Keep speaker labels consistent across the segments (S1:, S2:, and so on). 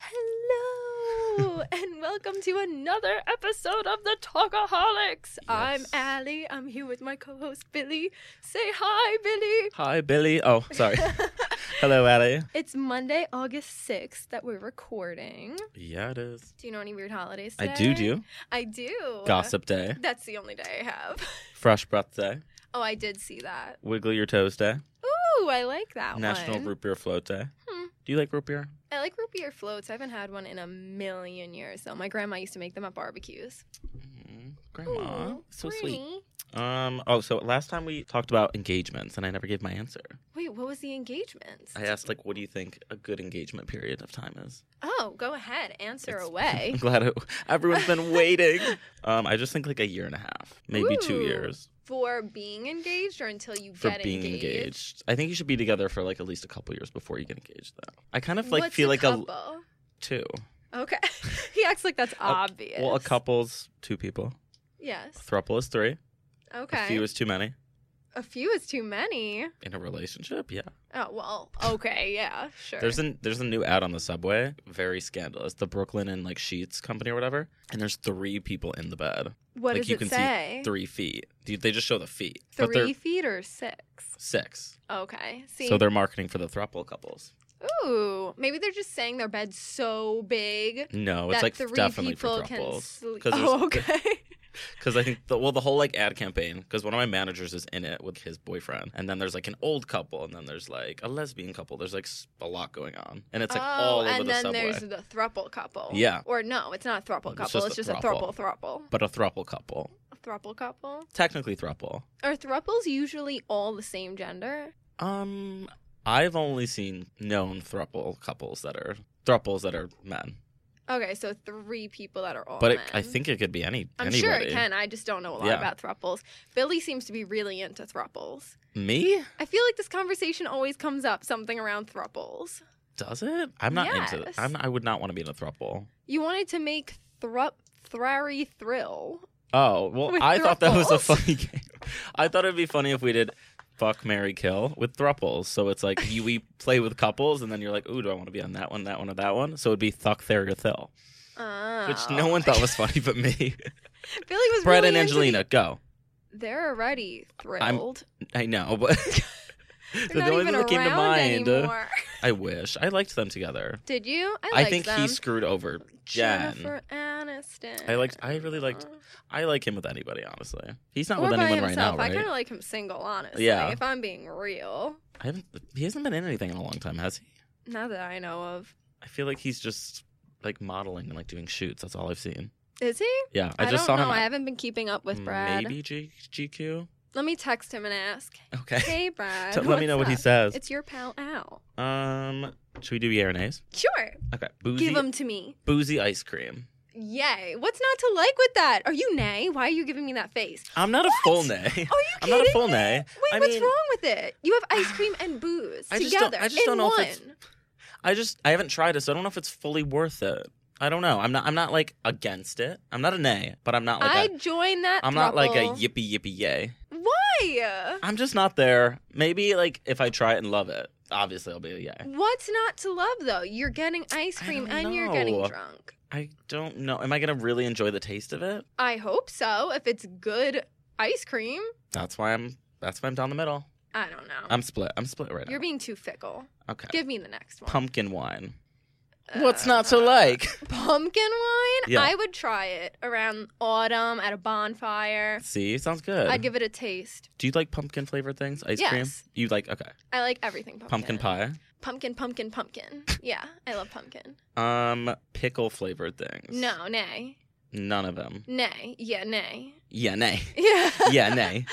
S1: Hello, and welcome to another episode of the Talkaholics. I'm
S2: Yes.
S1: Allie. I'm here with my co host, Billy. Say hi, Billy.
S2: Hi, Billy. Oh, sorry. Hello, Allie.
S1: It's Monday, August 6th that we're recording.
S2: Yeah, it is.
S1: Do you know any weird holidays
S2: I
S1: today?
S2: do do.
S1: I do.
S2: Gossip Day,
S1: That's the only day I have.
S2: Fresh Breath Day,
S1: Oh, I did see that.
S2: Wiggle Your Toes Day,
S1: Ooh, I like that
S2: National
S1: one.
S2: Root Beer Float Day.
S1: Hmm.
S2: Do you like root beer?
S1: I like root beer floats. I haven't had one in a million years, though. My grandma used to make them at barbecues.
S2: Mm, Grandma,
S1: Mm-hmm. Ooh,
S2: so sweet.
S1: pretty.
S2: Um. Oh, so last time we talked about engagements, and I never gave my answer.
S1: Wait, what was the engagement?
S2: I asked like, what do you think a good engagement period of time is?
S1: Oh, go ahead. Answer
S2: It's- I'm
S1: away.
S2: glad it, everyone's been waiting. Um, I just think like a year and a half, maybe two
S1: Ooh.
S2: years
S1: For being engaged or until you
S2: for
S1: get
S2: being engaged.
S1: engaged?
S2: I think you should be together for like at least a couple years before you get engaged. Though I kind of like
S1: What's
S2: feel
S1: a
S2: like
S1: couple?
S2: a two.
S1: Okay. he acts like that's obvious.
S2: Well, a couple's two people. A
S1: Yes.
S2: throuple is three.
S1: Okay.
S2: A few is too many
S1: is too many.
S2: in a relationship. Yeah.
S1: Oh, well, okay. Yeah, sure.
S2: There's an there's a new ad on the subway. Very scandalous. The Brooklyn and like Sheets company or whatever. And there's three people in the bed.
S1: what
S2: like,
S1: does
S2: you
S1: it
S2: can see
S1: say?
S2: Three feet. Dude, They just show the feet. But
S1: Three
S2: they're
S1: feet or six?
S2: six.
S1: Okay. See.
S2: So they're marketing for the throuple couples.
S1: Ooh, maybe they're just saying their bed's so big
S2: No,
S1: that
S2: it's like
S1: three
S2: definitely
S1: people
S2: for
S1: can
S2: throuples.
S1: sleep.
S2: there's-
S1: Oh, okay.
S2: Because I think, the, well, the whole like ad campaign, because one of my managers is in it with his boyfriend. And then there's like an old couple, and then there's like a lesbian couple. There's like s- a lot going on. And it's like
S1: oh,
S2: all over
S1: and
S2: the
S1: then
S2: subway.
S1: there's the thruple couple.
S2: Yeah.
S1: Or no, it's not a thruple
S2: It's
S1: couple.
S2: just
S1: It's
S2: a
S1: just a thruple
S2: thruple.
S1: thruple.
S2: But a throuple couple.
S1: A thruple couple.
S2: Technically throuple.
S1: Are thruples usually all the same gender?
S2: Um, I've only seen known throuple couples that are throuples that are men.
S1: Okay, so three people that are all
S2: but it,
S1: men.
S2: I think it could be any
S1: Oh, I'm
S2: anybody.
S1: sure it can. I just don't know a lot
S2: Yeah.
S1: about thruples. Billy seems to be really into thruples.
S2: Me?
S1: I feel like this conversation always comes up something around thruples.
S2: Does it? I'm not into
S1: Yes.
S2: it. I'm, I would not want to be in a throuple.
S1: You wanted to make thrup thrary thrill.
S2: Oh, well,
S1: With
S2: I thought that was a
S1: throuples.
S2: funny game. I thought it'd be funny if we did fuck, marry, kill with thruples. So it's like you we play with couples, and then you're like, ooh, do I want to be on that one, that one, or that one? So it'd be thuck, there, or thill,
S1: Oh.
S2: which no one thought was funny but me.
S1: Billy was
S2: Brett
S1: really
S2: and
S1: into
S2: Angelina, go.
S1: the- They're already thrilled.
S2: I know, but
S1: They're not even around anymore.
S2: uh, I wish I liked them together.
S1: Did you? I,
S2: I,
S1: liked
S2: think
S1: them.
S2: he screwed over Jen.
S1: Jennifer Aniston.
S2: I liked. I really liked. I like him with anybody. Honestly, he's not
S1: or
S2: with
S1: by
S2: anyone
S1: himself.
S2: right now,
S1: I
S2: right?
S1: kind of like him single, honestly.
S2: Yeah.
S1: If I'm being real,
S2: I haven't. He hasn't been in anything in a long time, has he?
S1: not that I know of.
S2: I feel like he's just like modeling and like doing shoots. That's all I've seen.
S1: Is he?
S2: Yeah, I, just
S1: don't
S2: saw
S1: know. I
S2: him.
S1: haven't been keeping up with Brad.
S2: Maybe G- GQ.
S1: Let me text him and ask.
S2: Okay.
S1: Hey, Brad.
S2: So let
S1: what's
S2: me know what he
S1: up?
S2: says.
S1: It's your pal Al.
S2: Um, should we do Aaron's?
S1: Sure.
S2: Okay. Boozy,
S1: Give him to me.
S2: boozy ice cream.
S1: Yay. What's not to like with that? Are you nay? Why are you giving me that face?
S2: I'm not
S1: What?
S2: a full nay.
S1: Are you
S2: I'm
S1: kidding?
S2: not a full
S1: me?
S2: nay.
S1: Wait,
S2: I
S1: what's
S2: mean-
S1: wrong with it? You have ice cream and booze
S2: I just don't-
S1: together
S2: I just
S1: in
S2: don't know
S1: one.
S2: if it's- I just I haven't tried it, so I don't know if it's fully worth it. I don't know. I'm not I'm not like against it. I'm not a nay, but I'm not like
S1: I'd
S2: a,
S1: join that.
S2: I'm not like a
S1: throuple.
S2: yippee yippee yay.
S1: Why?
S2: I'm just not there. Maybe like if I try it and love it, obviously I'll be a yay.
S1: What's not to love though? You're getting ice
S2: I
S1: cream
S2: don't
S1: and you're getting
S2: know.
S1: drunk.
S2: I don't know. Am I gonna really enjoy the taste of it?
S1: I hope so. If it's good ice cream,
S2: That's why I'm that's why I'm down the middle.
S1: I don't know.
S2: I'm split. I'm split right
S1: You're
S2: now.
S1: being too fickle.
S2: Okay.
S1: Give me the next one.
S2: Pumpkin wine. What's
S1: Uh,
S2: not to like?
S1: Pumpkin wine?
S2: Yeah.
S1: I would try it around autumn at a bonfire.
S2: See, sounds good.
S1: I'd give it a taste.
S2: Do you like pumpkin flavored things? Ice cream?
S1: Yes.
S2: You like okay.
S1: I like everything pumpkin.
S2: Pumpkin pie.
S1: Pumpkin, pumpkin, pumpkin. yeah, I love pumpkin.
S2: Um, pickle flavored things.
S1: No, nay.
S2: None of them.
S1: Nay. Yeah, nay.
S2: Yeah, nay.
S1: Yeah.
S2: Yeah, nay.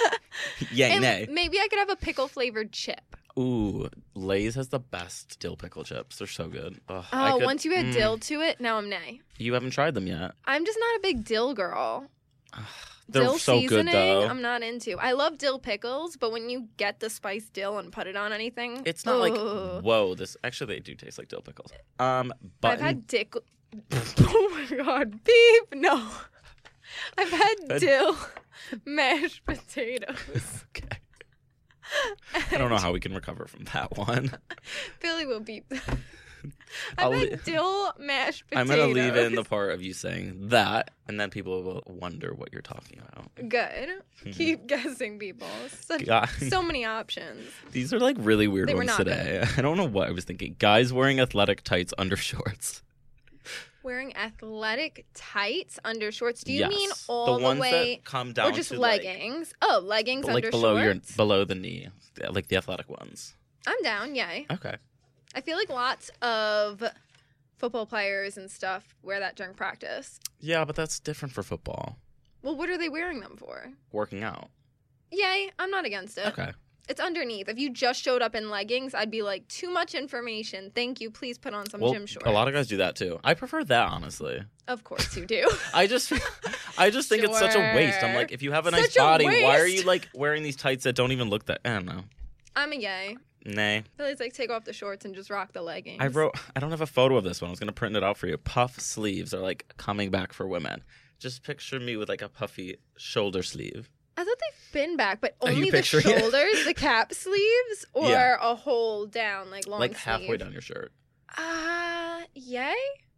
S2: Yay,
S1: And
S2: nay.
S1: Maybe I could have a pickle flavored chip.
S2: Ooh, Lay's has the best dill pickle chips. They're so good. Ugh, I
S1: Oh,
S2: could-
S1: once you add
S2: Mm,
S1: dill to it, now I'm nay.
S2: You haven't tried them yet.
S1: I'm just not a big dill girl.
S2: Ugh, They're
S1: dill
S2: so
S1: seasoning,
S2: good though.
S1: I'm not into. I love dill pickles, but when you get the spiced dill and put it on anything,
S2: It's not like
S1: Ugh.
S2: whoa. This actually they do taste like dill pickles.
S1: Oh.
S2: Um,
S1: I've
S2: button.
S1: had dick. oh my god, beep! No, I've had
S2: Had-
S1: dill mashed potatoes.
S2: okay. I don't know how we can recover from that one.
S1: Billy will beep. I
S2: I'll
S1: meant
S2: lea-
S1: dill mashed
S2: I'm
S1: potatoes.
S2: gonna leave in the part of you saying that, and then people will wonder what you're talking about.
S1: Good.
S2: Hmm.
S1: Keep guessing, people. Such,
S2: God.
S1: so many options.
S2: These are like really weird
S1: They were
S2: ones
S1: not
S2: today. I don't know what I was thinking. Guys wearing athletic tights under shorts.
S1: Wearing athletic tights under shorts. Do you
S2: yes.
S1: mean all the,
S2: ones
S1: way,
S2: that come down
S1: or just
S2: to Like,
S1: leggings? oh, leggings
S2: but,
S1: under
S2: like below
S1: shorts.
S2: your below the knee, Yeah, like the athletic ones.
S1: I'm down. Yay.
S2: Okay.
S1: I feel like lots of football players and stuff wear that during practice.
S2: Yeah, but that's different for football.
S1: Well, what are they wearing them for?
S2: Working out.
S1: Yay, I'm not against it.
S2: Okay.
S1: It's underneath. If you just showed up in leggings, I'd be like, too much information. Thank you. Please put on some
S2: Well,
S1: gym shorts.
S2: a lot of guys do that too. I prefer that honestly.
S1: Of course you do.
S2: I just, I just think it's such a waste. I'm
S1: Sure.
S2: like, if you have a nice
S1: Such a
S2: body, why are
S1: waste.
S2: you like wearing these tights that don't even look that? I don't know.
S1: I'm a yay.
S2: Nay.
S1: Billy's like, take off the shorts and just rock the leggings.
S2: I wrote. I don't have a photo of this one. I was gonna print it out for you. Puff sleeves are like coming back for women. Just picture me with like a puffy shoulder sleeve.
S1: I thought they've been back, but
S2: Are you
S1: only the
S2: picturing it?
S1: shoulders, the cap sleeves, or
S2: Yeah.
S1: a whole down, like long
S2: like
S1: sleeve.
S2: halfway down your shirt.
S1: Uh, yay?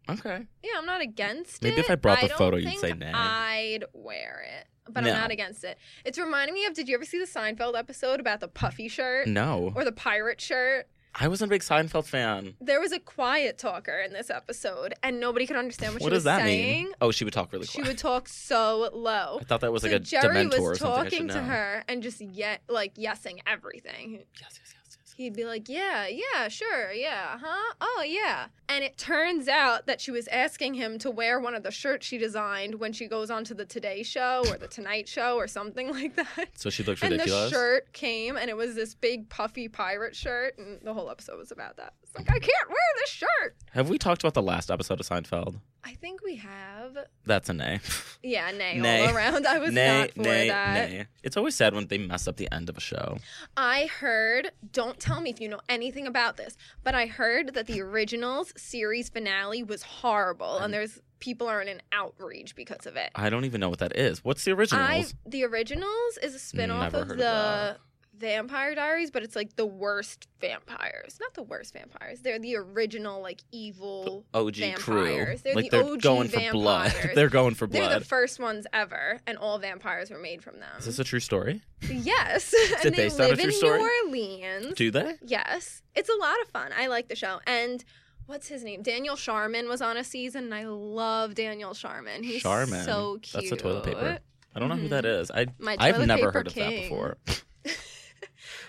S2: Okay.
S1: Yeah, I'm not against it.
S2: Maybe if I brought the
S1: don't
S2: photo, you'd
S1: think
S2: say nay.
S1: I'd wear it, but
S2: No.
S1: I'm not against it. It's reminding me of Did you ever see the Seinfeld episode about the puffy shirt
S2: No,
S1: or the pirate shirt?
S2: I was not a big Seinfeld fan.
S1: There was a quiet talker in this episode, and nobody could understand what,
S2: what
S1: she
S2: does
S1: was
S2: that
S1: saying.
S2: mean? Oh, she would talk really
S1: She
S2: quick.
S1: would talk so low.
S2: I thought that was
S1: so
S2: like a
S1: Jerry
S2: dementor or
S1: was
S2: something. I should
S1: talking to
S2: know.
S1: her and just yet like yesing everything.
S2: Yes, yes, yes, yes.
S1: He'd be like, Yeah, yeah, sure, yeah, huh? Oh, yeah. And it turns out that she was asking him to wear one of the shirts she designed when she goes on to the Today Show or the Tonight Show or something like that.
S2: So she looked
S1: And the
S2: ridiculous.
S1: shirt came and it was this big puffy pirate shirt, and the whole episode was about that. It's like, I can't wear this shirt.
S2: Have we talked about the last episode of Seinfeld?
S1: I think we have.
S2: That's a nay.
S1: Yeah, nay,
S2: Nay.
S1: all around. I was
S2: nay,
S1: not for
S2: nay,
S1: that.
S2: nay. It's always sad when they mess up the end of a show.
S1: I heard, don't tell me if you know anything about this, but I heard that the originals series finale was horrible
S2: Um,
S1: and there's people are in an outrage because of it.
S2: I don't even know what that is. What's the originals?
S1: I the originals is a spin-off
S2: Never
S1: of
S2: heard of
S1: the
S2: that.
S1: Vampire Diaries, but it's like the worst vampires. Not the worst vampires. They're the original like evil
S2: OG crew.
S1: vampires. They're
S2: like
S1: the
S2: they're
S1: OG
S2: going for blood.
S1: vampires.
S2: they're going for
S1: They're
S2: blood.
S1: the first ones ever, and all vampires were made from them.
S2: Is this a true story?
S1: yes,
S2: it
S1: and they
S2: based on a
S1: live
S2: true
S1: in
S2: story?
S1: New Orleans.
S2: Do they?
S1: Yes. It's a lot of fun. I like the show. And what's his name? Daniel Sharman was on a season and I love Daniel Sharman. He's
S2: Sharman.
S1: so cute.
S2: That's the toilet paper. I don't know who that is. I
S1: My Mm-hmm.
S2: I've
S1: toilet
S2: never
S1: paper
S2: heard of that
S1: king.
S2: before.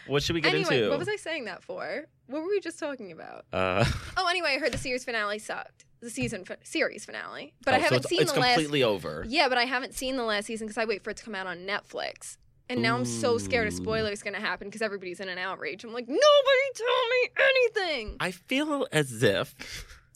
S2: what should we get
S1: Anyway,
S2: into?
S1: what was I saying that for? What were we just talking about?
S2: Uh,
S1: Oh, anyway, I heard the series finale sucked. The season fi- series finale. But I
S2: oh, so
S1: haven't
S2: it's,
S1: seen
S2: it's
S1: the last
S2: completely over.
S1: Yeah, but I haven't seen the last season cuz I wait for it to come out on Netflix. And now I'm so scared a
S2: Ooh.
S1: spoiler's going to happen cuz everybody's in an outrage. I'm like, "Nobody tell me anything."
S2: I feel as if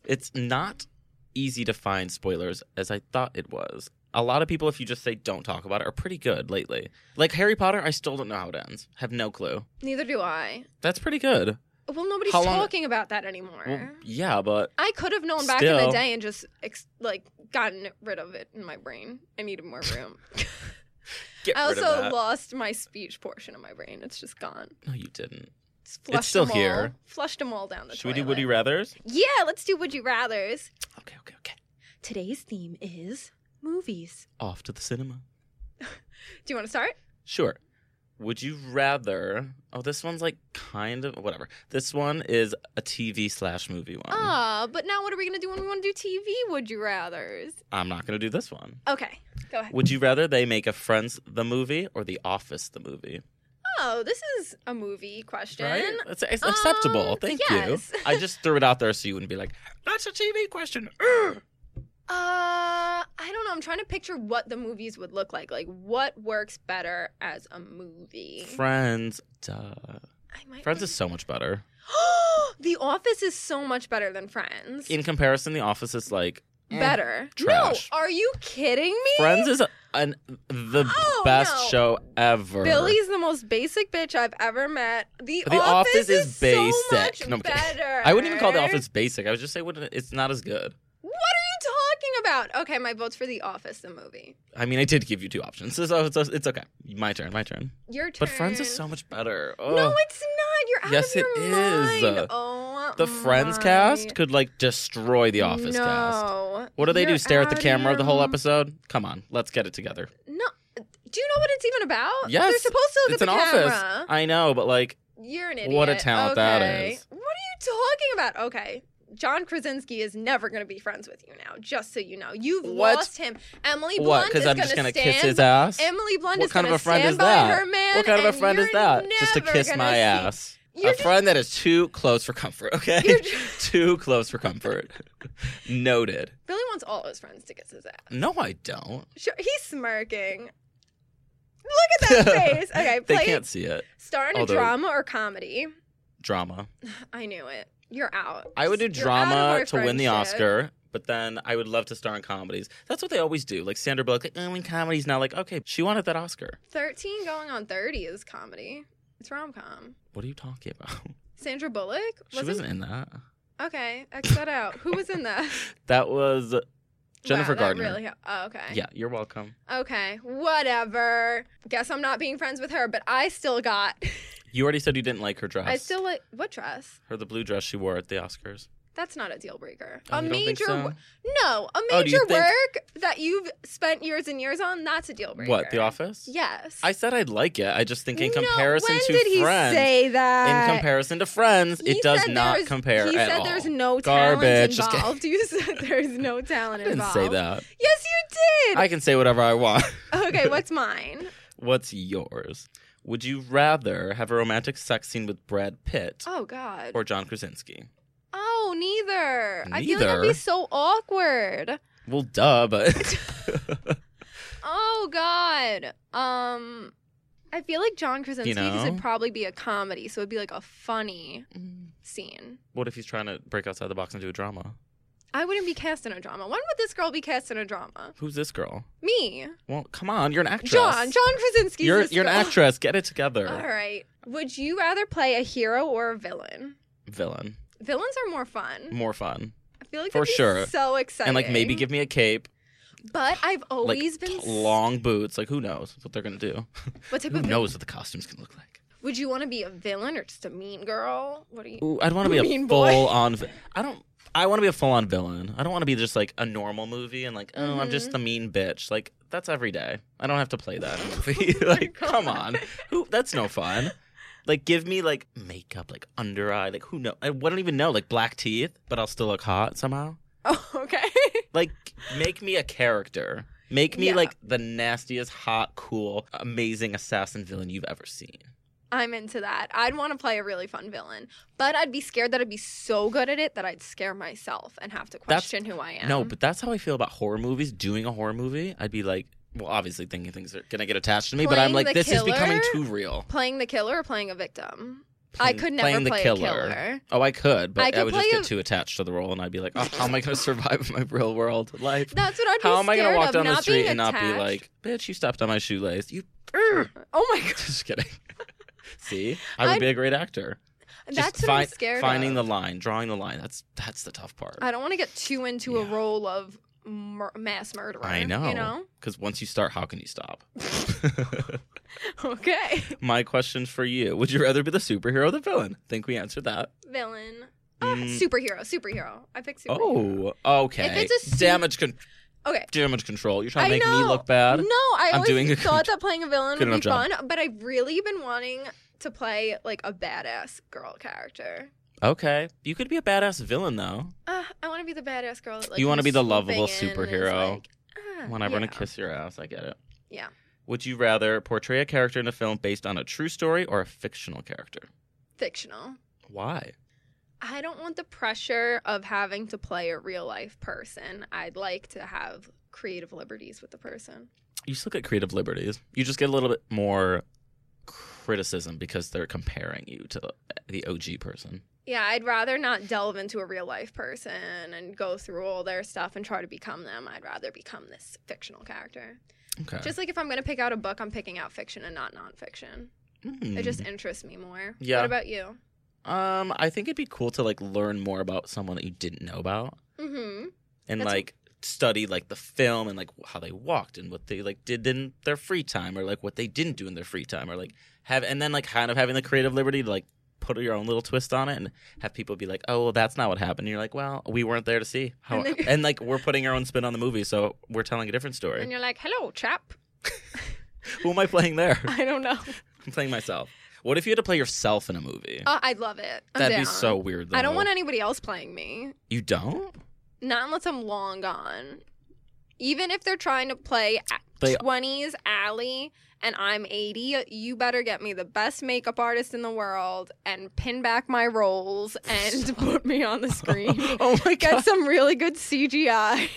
S2: it's not easy to find spoilers as I thought it was. A lot of people, if you just say don't talk about it, are pretty good lately. Like Harry Potter, I still don't know how it ends. Have no clue.
S1: Neither do I.
S2: That's pretty good.
S1: Well, nobody's
S2: How long-
S1: talking about that anymore.
S2: Well, yeah, but
S1: I could have known back in the
S2: Still.
S1: day and just ex- like gotten rid of it in my brain. I needed more room.
S2: get
S1: I
S2: rid of
S1: also
S2: that.
S1: lost my speech portion of my brain. It's just gone.
S2: no, you didn't.
S1: Just flushed
S2: still
S1: them
S2: here.
S1: All, flushed them all down the
S2: Should
S1: toilet.
S2: we do Would You Rather's?
S1: Yeah, let's do would you rather's.
S2: Okay, okay, okay.
S1: Today's theme is movies.
S2: Off to the cinema.
S1: Do you want to start?
S2: Sure. Would you rather? Oh, this one's like kind of whatever. This one is a TV slash movie one.
S1: Ah, but now what are we gonna do when we want to do TV would you rather's?
S2: I'm not gonna do this one.
S1: Okay, go ahead.
S2: Would you rather they make a Friends the movie or The Office the movie?
S1: Oh, this is a movie question.
S2: Right? It's, it's
S1: Um,
S2: acceptable. Thank
S1: yes.
S2: you. I just threw it out there so you wouldn't be like, "That's a TV question." Ugh."
S1: Uh, I don't know. I'm trying to picture what the movies would look like. Like, what works better as a movie?
S2: Friends, duh.
S1: I might
S2: Friends is so much better.
S1: the Office is so much better than Friends. Mm.
S2: In comparison, The Office is like eh.
S1: better.
S2: trash.
S1: No, are you kidding me?
S2: Friends is an the
S1: Oh,
S2: best
S1: no.
S2: show ever.
S1: Billy's the most basic bitch I've ever met. The,
S2: The Office is
S1: so
S2: basic.
S1: much
S2: No, I'm kidding.
S1: better.
S2: I wouldn't even call The Office basic. I would just say wouldn't- it's not as good.
S1: What are you talking about? Okay, my vote's for The Office, the movie.
S2: I mean, I did give you two options, so it's, it's okay. My turn, my turn.
S1: Your turn.
S2: But Friends is so much better. Oh.
S1: No, it's not. You're out
S2: Yes,
S1: of your
S2: it is.
S1: mind. Oh
S2: the Friends
S1: my-
S2: cast could like destroy the Office
S1: no.
S2: cast. What do they
S1: You're
S2: do? Stare at the
S1: outta
S2: camera
S1: your
S2: the whole
S1: m-
S2: episode? Come on, let's get it together.
S1: No. Do you know what it's even about?
S2: Yes,
S1: They're supposed to look
S2: it's
S1: at
S2: an
S1: the
S2: office.
S1: camera.
S2: I know, but like,
S1: You're an idiot.
S2: What a talent that
S1: Okay.
S2: is.
S1: What are you talking about? Okay. John Krasinski is never going to be friends with you now, just so you know. You've
S2: What?
S1: lost him. Emily
S2: what?
S1: Blunt
S2: Because
S1: is
S2: I'm just
S1: going to
S2: gonna kiss his
S1: stand-
S2: ass.
S1: Emily Blunt
S2: What
S1: is
S2: kind
S1: going
S2: of
S1: to
S2: a friend
S1: stand
S2: is
S1: by
S2: that?
S1: her man.
S2: what kind of a
S1: and
S2: friend is
S1: you're
S2: that? Just to
S1: never
S2: kiss
S1: gonna
S2: my
S1: see-
S2: ass.
S1: You're
S2: a
S1: just-
S2: friend that is too close for comfort. Okay,
S1: You're just-
S2: too close for comfort. Noted.
S1: Billy wants all his friends to kiss his ass.
S2: No, I don't.
S1: Sure, he's smirking. Look at that face. Okay,
S2: They
S1: play
S2: can't see it.
S1: star in
S2: although-
S1: a drama or comedy.
S2: Drama.
S1: I knew it. You're out.
S2: I would do
S1: Just- you're out of
S2: drama
S1: our
S2: to win the
S1: friendship.
S2: Oscar, but then I would love to star in comedies. That's what they always do. Like Sandra Bullock, like, oh, in comedies now. Like, okay, she wanted that Oscar.
S1: 13 going on 30 is comedy. It's rom com.
S2: What are you talking about?
S1: Sandra Bullock?
S2: she wasn't in that.
S1: Okay, X that out. Who was in that?
S2: That was Jennifer
S1: wow, that
S2: Gardner.
S1: Really, oh, okay.
S2: Yeah, you're welcome.
S1: Okay, whatever. Guess I'm not being friends with her, but I still got.
S2: You already said you didn't like her dress.
S1: I still like. What dress?
S2: her the blue dress she wore at the Oscars.
S1: That's not a deal breaker. a
S2: Oh, you don't think
S1: major.
S2: so?
S1: wo- No, a
S2: Oh, do
S1: major
S2: you think-
S1: work that you've spent years and years on, that's a deal breaker.
S2: What, The Office?
S1: Yes.
S2: I said I'd like it. I just think in
S1: No,
S2: comparison
S1: when
S2: to
S1: did he
S2: Friends,
S1: say
S2: in
S1: that?
S2: comparison to Friends,
S1: He
S2: it does
S1: said
S2: not
S1: there's-
S2: compare
S1: He
S2: at
S1: said
S2: all.
S1: there's no
S2: Garbage.
S1: talent
S2: Just kidding.
S1: involved. You said there's no talent
S2: I didn't
S1: involved.
S2: say that.
S1: Yes, you did.
S2: I can say whatever I want.
S1: okay, what's mine?
S2: What's yours? Would you rather have a romantic sex scene with Brad Pitt
S1: Oh God.
S2: or John Krasinski?
S1: oh, neither. I feel like that'd
S2: Neither?
S1: be so awkward.
S2: Well, duh, but
S1: Oh God. Um, I feel like John Krasinski because
S2: know?
S1: it'd probably be a comedy, so it'd be like a funny scene.
S2: what if he's trying to break outside the box and do a drama?
S1: I wouldn't be cast in a drama. When would this girl be cast in a drama?
S2: Who's this girl?
S1: Me,
S2: Well, come on, you're an actress.
S1: John. John Krasinski.
S2: you're you're an actress. Get it together,
S1: All right. Would you rather play a hero or a villain?
S2: villain.
S1: Villains are more fun.
S2: More fun,
S1: I feel like
S2: Mm, For
S1: that'd be
S2: sure.
S1: so exciting.
S2: and like maybe give me a cape,
S1: But I've
S2: like
S1: always Oh, been
S2: t-
S1: s-
S2: long boots. Like who knows what they're gonna do?
S1: What type
S2: Who
S1: of
S2: knows what the costumes can look like?
S1: Would you want to be a villain or just a mean girl? What are you?
S2: Ooh, I'd want to be a
S1: Mean boy.
S2: full on. I don't. I want to be a full on villain. I don't want to be just like a normal movie and like, oh, I'm
S1: Mm-hmm.
S2: just the mean bitch. Like that's every day. I don't have to play that in a movie.
S1: Oh my
S2: like, come on, who? That's no fun. Like, give me like makeup, like under eye, like who know? I, I don't even know, like black teeth, but I'll still look hot somehow.
S1: Oh, okay.
S2: Like, make me a character. Make me
S1: Yeah.
S2: like the nastiest, hot, cool, amazing assassin villain you've ever seen.
S1: I'm into that. I'd want to play a really fun villain, but I'd be scared that I'd be so good at it that I'd scare myself and have to
S2: That's-
S1: question who I am.
S2: No, but that's how I feel about horror movies. Doing a horror movie, I'd be like, well, obviously thinking things are gonna get attached to me, but I'm
S1: Playing
S2: like,
S1: the
S2: this is becoming too
S1: killer?
S2: real.
S1: playing the killer or playing a victim. I
S2: Playing-
S1: could
S2: playing
S1: never
S2: the
S1: play
S2: killer.
S1: a killer.
S2: Oh, I could, but I,
S1: I could
S2: would just
S1: play
S2: get
S1: a-
S2: too attached to the role, and I'd be like, oh, how am I gonna survive my real world life?
S1: That's what I'd be
S2: How am I
S1: scared
S2: gonna walk
S1: of,
S2: down the
S1: not
S2: street
S1: being
S2: and not be
S1: attacked.
S2: like, bitch, you stepped on my shoelace? You
S1: oh my god,
S2: just kidding. See, I would
S1: I'd-
S2: be a great actor. Just
S1: that's what
S2: fi-
S1: I'm scared
S2: finding
S1: of.
S2: the line, drawing the line. That's that's the tough part.
S1: I don't want to get too into a
S2: Yeah.
S1: role of mur- mass murderer.
S2: I know.
S1: You know?
S2: Because once you start, how can you stop?
S1: Okay.
S2: My question for you Would you rather be the superhero or the villain? Think we answered that.
S1: Villain. Ah,
S2: Mm.
S1: Superhero. Superhero. I pick superhero.
S2: Oh, okay.
S1: If it's a su-
S2: damage, con-
S1: Okay.
S2: damage control. You're trying to
S1: I
S2: make me
S1: know. Mm-hmm.
S2: look bad?
S1: No, I
S2: I'm
S1: always
S2: doing a
S1: thought that playing a villain
S2: good
S1: would be
S2: enough
S1: fun, but I've really been wanting to play like a badass girl character.
S2: Okay. You could be a badass villain, though.
S1: Uh, I want to be the badass girl. That, like,
S2: You
S1: want
S2: wanna
S1: to
S2: be the lovable superhero.
S1: Like, ah,
S2: When I want to
S1: yeah.
S2: kiss your ass, I get it.
S1: Yeah.
S2: Would you rather portray a character in a film based on a true story or a fictional character?
S1: Fictional.
S2: Why?
S1: I don't want the pressure of having to play a real life person. I'd like to have creative liberties with the person.
S2: You still get creative liberties. You just get a little bit more criticism because they're comparing you to the OG person.
S1: Yeah, I'd rather not delve into a real life person and go through all their stuff and try to become them. I'd rather become this fictional character.
S2: Okay.
S1: Just like if I'm going to pick out a book, I'm picking out fiction and not nonfiction.
S2: Hmm.
S1: It just interests me more.
S2: Yeah.
S1: What about you?
S2: Um, I think it'd be cool to like learn more about someone that you didn't know about
S1: Mm-hmm.
S2: and
S1: That's-
S2: like study like the film and like how they walked and what they like did in their free time or like what they didn't do in their free time or like have and then like kind of having the creative liberty to like put your own little twist on it and have people be like, "Oh, well, that's not what happened." And you're like, "Well, we weren't there to see how,"
S1: And
S2: and,
S1: then-
S2: like we're putting our own spin on the movie, so we're telling a different
S1: And
S2: story.
S1: you're like, hello, chap.
S2: Who am I playing there?
S1: I don't know.
S2: I'm playing myself. What if you had to play yourself in a movie?
S1: Uh, I'd love it. I'm
S2: That'd be
S1: down.
S2: so weird. Though.
S1: I don't want anybody else playing me.
S2: You don't?
S1: Not unless I'm long gone. Even if they're trying to play
S2: They-
S1: twenties Allie and I'm eighty, you better get me the best makeup artist in the world and pin back my roles and put me on the screen.
S2: oh my
S1: Get
S2: god!
S1: some really good CGI.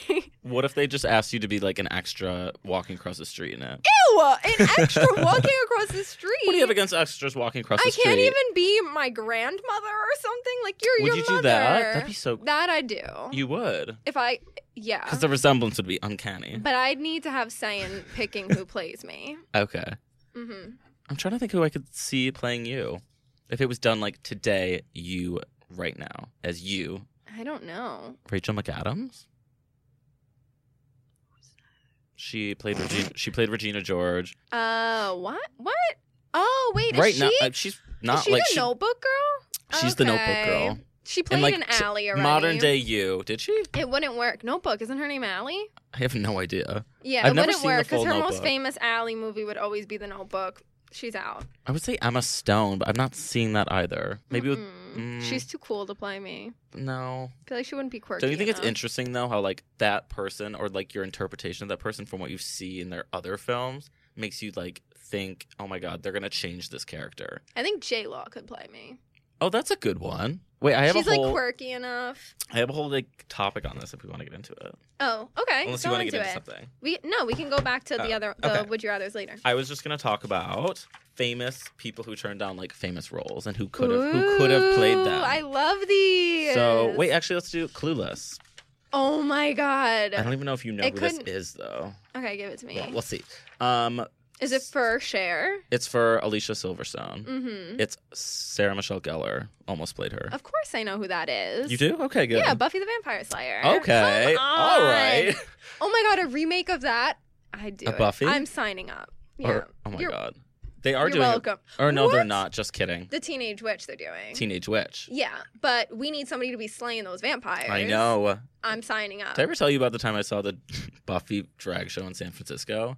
S2: What if they just asked you to be like an extra walking across the street in it?
S1: Ew, an extra walking across the street.
S2: What do you have against extras walking across
S1: I
S2: the street?
S1: can't even be my grandmother or something. Like you're
S2: Would
S1: your
S2: you
S1: mother.
S2: do that? That'd be so.
S1: That I do.
S2: You would,
S1: if I, yeah.
S2: because the resemblance would be uncanny.
S1: But I'd need to have say in picking who plays me.
S2: Okay,
S1: hmm
S2: I'm trying to think who I could see playing you, if it was done like today, you right now as you,
S1: I don't know.
S2: Rachel McAdams. She played Regina. She played Regina George.
S1: Uh, what? What? Oh, wait.
S2: right
S1: is
S2: now,
S1: she,
S2: uh, she's not
S1: is she
S2: like
S1: the
S2: she-
S1: Notebook girl?
S2: she's the Notebook
S1: Okay.
S2: girl.
S1: She played
S2: like,
S1: an
S2: t-
S1: Allie already.
S2: Modern day you. Did she?
S1: It wouldn't work. Notebook isn't her name Allie?
S2: I have no idea.
S1: Yeah,
S2: I've
S1: it
S2: never
S1: wouldn't
S2: seen the
S1: work because
S2: full
S1: her most
S2: Notebook.
S1: famous Allie movie would always be the Notebook. She's out.
S2: I would say Emma Stone, but I've not seen that either. Maybe with
S1: Mm-mm.
S2: mm.
S1: she's too cool to play me.
S2: no.
S1: I feel like she wouldn't be quirky.
S2: Don't you think it's
S1: enough.
S2: interesting though how like that person or like your interpretation of that person from what you see in their other films makes you like think, oh my god, they're gonna change this character.
S1: I think J Law could play me.
S2: Oh, that's a good one. Wait, I have
S1: She's
S2: a whole
S1: like quirky enough.
S2: I have a whole like topic on this if we want to get into it.
S1: Oh, okay.
S2: Unless
S1: Go
S2: you want to
S1: into
S2: get into
S1: it.
S2: something.
S1: We no, we can go back to the
S2: Oh,
S1: other the
S2: okay.
S1: would you rather's later.
S2: I was just gonna talk about famous people who turned down like famous roles and who could have who could have played
S1: Ooh,
S2: them.
S1: I love these.
S2: So wait, actually, let's do Clueless.
S1: Oh my god.
S2: I don't even know if you know
S1: It
S2: who this
S1: couldn't-
S2: is though.
S1: Okay, give it to me.
S2: Well, let's see. Um,
S1: Is it for share?
S2: it's for Alicia Silverstone.
S1: Mm-hmm.
S2: It's Sarah Michelle Gellar. Almost played her.
S1: Of course I know who that is.
S2: You do? Okay, good.
S1: Yeah, Buffy the Vampire Slayer.
S2: okay.
S1: Come
S2: All right.
S1: on. Oh my god, a remake of that? I do.
S2: A
S1: it.
S2: Buffy?
S1: I'm signing up. Yeah.
S2: Or, oh my
S1: You're-
S2: god. They are
S1: You're
S2: doing.
S1: welcome.
S2: Or no, they're
S1: What?
S2: not. Just kidding.
S1: The Teenage Witch they're doing.
S2: Teenage Witch.
S1: yeah, but we need somebody to be slaying those vampires.
S2: I know.
S1: I'm signing up.
S2: Did I ever tell you about the time I saw the Buffy drag show in San Francisco?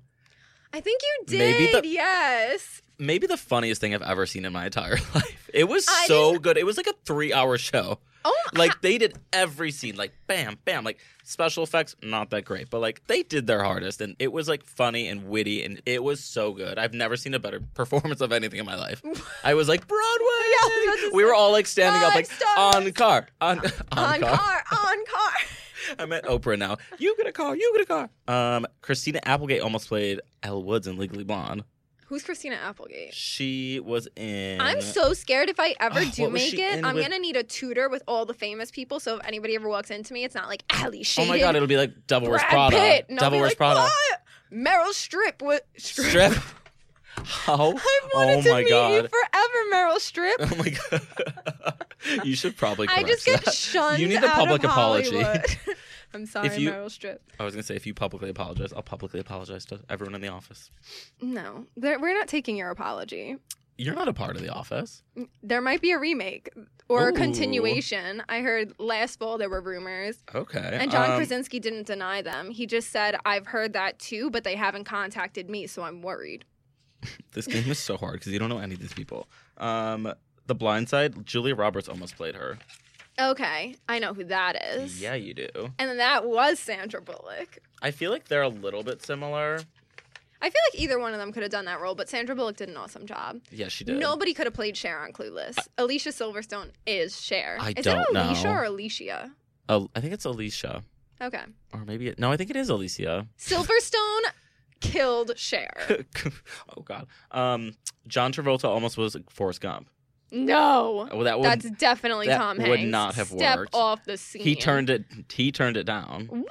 S1: I think you did.
S2: Maybe the-
S1: yes.
S2: Maybe the funniest thing I've ever seen in my entire life. It was
S1: I
S2: so good. It was like a three-hour show.
S1: Oh my
S2: Like they did every scene, like bam, bam, like special effects, not that great, but like they did their hardest, and it was like funny and witty, and it was so good. I've never seen a better performance of anything in my life. I was like Broadway.
S1: Yeah, I was about to
S2: we were
S1: say,
S2: all like standing up,
S1: five
S2: like
S1: stars.
S2: on car, on,
S1: on
S2: on
S1: car.
S2: car.
S1: on car.
S2: I'm at Oprah now. You get a car. You get a car. Um, Christina Applegate almost played Elle Woods in Legally Blonde.
S1: Who's Christina Applegate?
S2: She was in.
S1: I'm so scared if I ever
S2: Ugh,
S1: do
S2: what was
S1: make
S2: she
S1: it,
S2: in
S1: I'm
S2: with-
S1: gonna need a tutor with all the famous people. So if anybody ever walks into me, it's not like Ali
S2: Oh
S1: Sheehan.
S2: my god! It'll be like Double Wears
S1: Brad
S2: Prada.
S1: Pitt. And I'll
S2: Double
S1: be
S2: Wears
S1: like,
S2: Prada.
S1: "What? Meryl Streep with
S2: Strip. How?
S1: I've wanted
S2: Oh
S1: to
S2: my
S1: meet you
S2: god.
S1: forever, Meryl Strip.
S2: Oh my god. you should probably.
S1: I just get
S2: correct that.
S1: shunned.
S2: You need
S1: out
S2: a
S1: of
S2: public apology.
S1: Hollywood. I'm sorry,
S2: If you-
S1: Meryl Streep.
S2: I was gonna say if you publicly apologize, I'll publicly apologize to everyone in the office.
S1: No, they're- we're not taking your apology.
S2: You're not a part of the office.
S1: There might be a remake or a
S2: Ooh.
S1: continuation. I heard last fall there were rumors,
S2: Okay.
S1: and John
S2: um,
S1: Krasinski didn't deny them. He just said, "I've heard that too, but they haven't contacted me, so I'm worried."
S2: This game is so hard because you don't know any of these people. Um, The Blind Side. Julia Roberts almost played her.
S1: Okay, I know who that is.
S2: Yeah, you do.
S1: and then that was Sandra Bullock.
S2: I feel like they're a little bit similar.
S1: I feel like either one of them could have done that role, but Sandra Bullock did an awesome job.
S2: Yeah, she did.
S1: Nobody could have played Cher on Clueless. Alicia Silverstone is Cher.
S2: I
S1: is
S2: don't
S1: it
S2: know.
S1: Alicia or Alicia?
S2: Al- I think it's Alicia,
S1: Okay.
S2: or maybe it- no. I think it is Alicia.
S1: Silverstone killed Cher.
S2: oh God. Um, John Travolta almost was Forrest Gump.
S1: No.
S2: Well, that
S1: That's
S2: would
S1: definitely
S2: that
S1: Tom Hanks.
S2: would not have
S1: Step
S2: worked.
S1: off the scene.
S2: he turned it. He turned it down.
S1: What?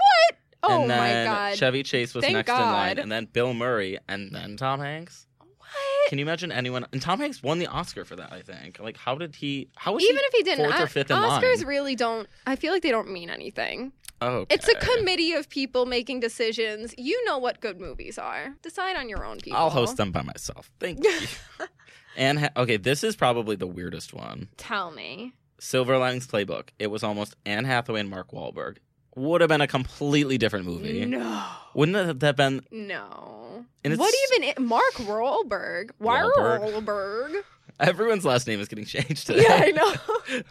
S2: and
S1: Oh my
S2: then
S1: god.
S2: Chevy Chase was
S1: Thank
S2: next in line,
S1: God.
S2: and then Bill Murray, and then Tom Hanks.
S1: what?
S2: Can you imagine anyone? And Tom Hanks won the Oscar for that. I think. Like, how did he? How was
S1: Even
S2: he?
S1: if he didn't,
S2: fourth or
S1: I-
S2: fifth in
S1: Oscars
S2: line?
S1: really don't. I feel like they don't mean anything.
S2: Okay.
S1: It's a committee of people making decisions. You know what good movies are. Decide on your own, people.
S2: I'll host them by myself. Thank you. and ha- okay, this is probably the weirdest one.
S1: Tell me.
S2: Silver Linings Playbook. It was almost Anne Hathaway and Mark Wahlberg. Would have been a completely different movie.
S1: No.
S2: Wouldn't that have been?
S1: No.
S2: And it's-
S1: What even? i- Mark Wahlberg. Why
S2: Wahlberg.
S1: Wahlberg?
S2: Everyone's last name is getting changed today.
S1: Yeah, I know.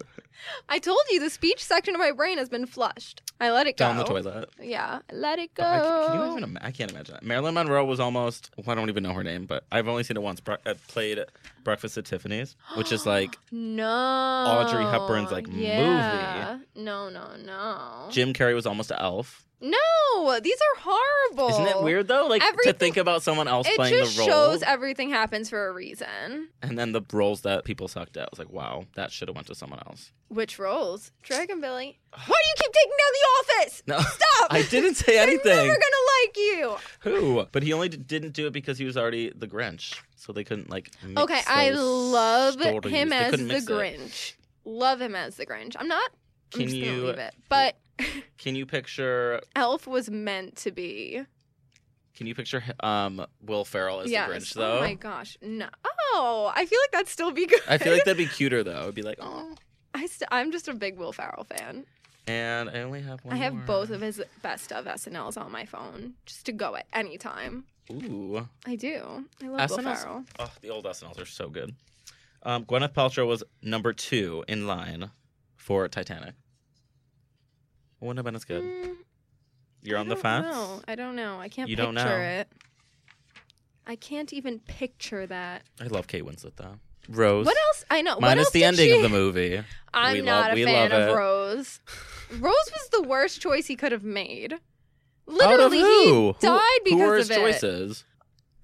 S1: I told you the speech section of my brain has been flushed. I let it go.
S2: Down the toilet.
S1: Yeah, I let it go.
S2: I, ca- can you even? Ima- I can't imagine that. Marilyn Monroe was almost. Well, I don't even know her name, but I've only seen it once. Bre- uh, played Breakfast at Tiffany's, which is like
S1: no
S2: Audrey Hepburn's, like, movie.
S1: yeah. No, no, no.
S2: Jim Carrey was almost Elf.
S1: no, these are horrible.
S2: Isn't it weird though? Like to
S1: Everything-
S2: think about someone else
S1: It
S2: playing
S1: just
S2: the role,
S1: shows e-, everything happens for a reason.
S2: and then the roles that people sucked at. I was like, wow, that should have went to someone else.
S1: Which roles? Dragon Billy. Why do you keep taking down the office?
S2: No,
S1: Stop!
S2: I didn't say anything.
S1: They're never gonna like you.
S2: Who? But he only d- didn't do it because he was already the Grinch, so they couldn't like. Mix
S1: Okay, I
S2: those
S1: love
S2: stories.
S1: him
S2: They
S1: as the
S2: couldn't mix it.
S1: Grinch. Love him as the Grinch. I'm not. I'm
S2: Can
S1: just gonna
S2: you-
S1: leave it. But
S2: Can you picture?
S1: Elf was meant to be.
S2: Can you picture um, Will Ferrell as
S1: yes.
S2: the Grinch though?
S1: Oh my gosh. No. Oh, I feel like that'd still be good.
S2: I feel like that'd be cuter though. It'd be like, oh.
S1: I st- I'm just a big Will Ferrell fan.
S2: And I only have one.
S1: I have
S2: more.
S1: both of his best of SNLs on my phone just to go at any time.
S2: Ooh,
S1: I do. I love Will
S2: SNLs
S1: Ferrell.
S2: oh, the old SNLs are so good. Um, Gwyneth Paltrow was number two in line for Titanic. Wouldn't have been as good.
S1: Mm,
S2: You're
S1: I
S2: on the
S1: don't
S2: fence.
S1: know. I don't know. I can't
S2: You
S1: picture
S2: don't know.
S1: it. I can't even picture that.
S2: I love Kate Winslet though. Rose.
S1: What else? I know. what
S2: Minus
S1: else
S2: the
S1: did
S2: ending
S1: she...
S2: of the movie.
S1: I'm
S2: We
S1: not
S2: love-
S1: a
S2: we
S1: fan
S2: love
S1: of
S2: it.
S1: Rose. Rose was the worst choice he could have made. Literally,
S2: Out of who?
S1: he died
S2: who,
S1: because
S2: who are his
S1: of it.
S2: choices?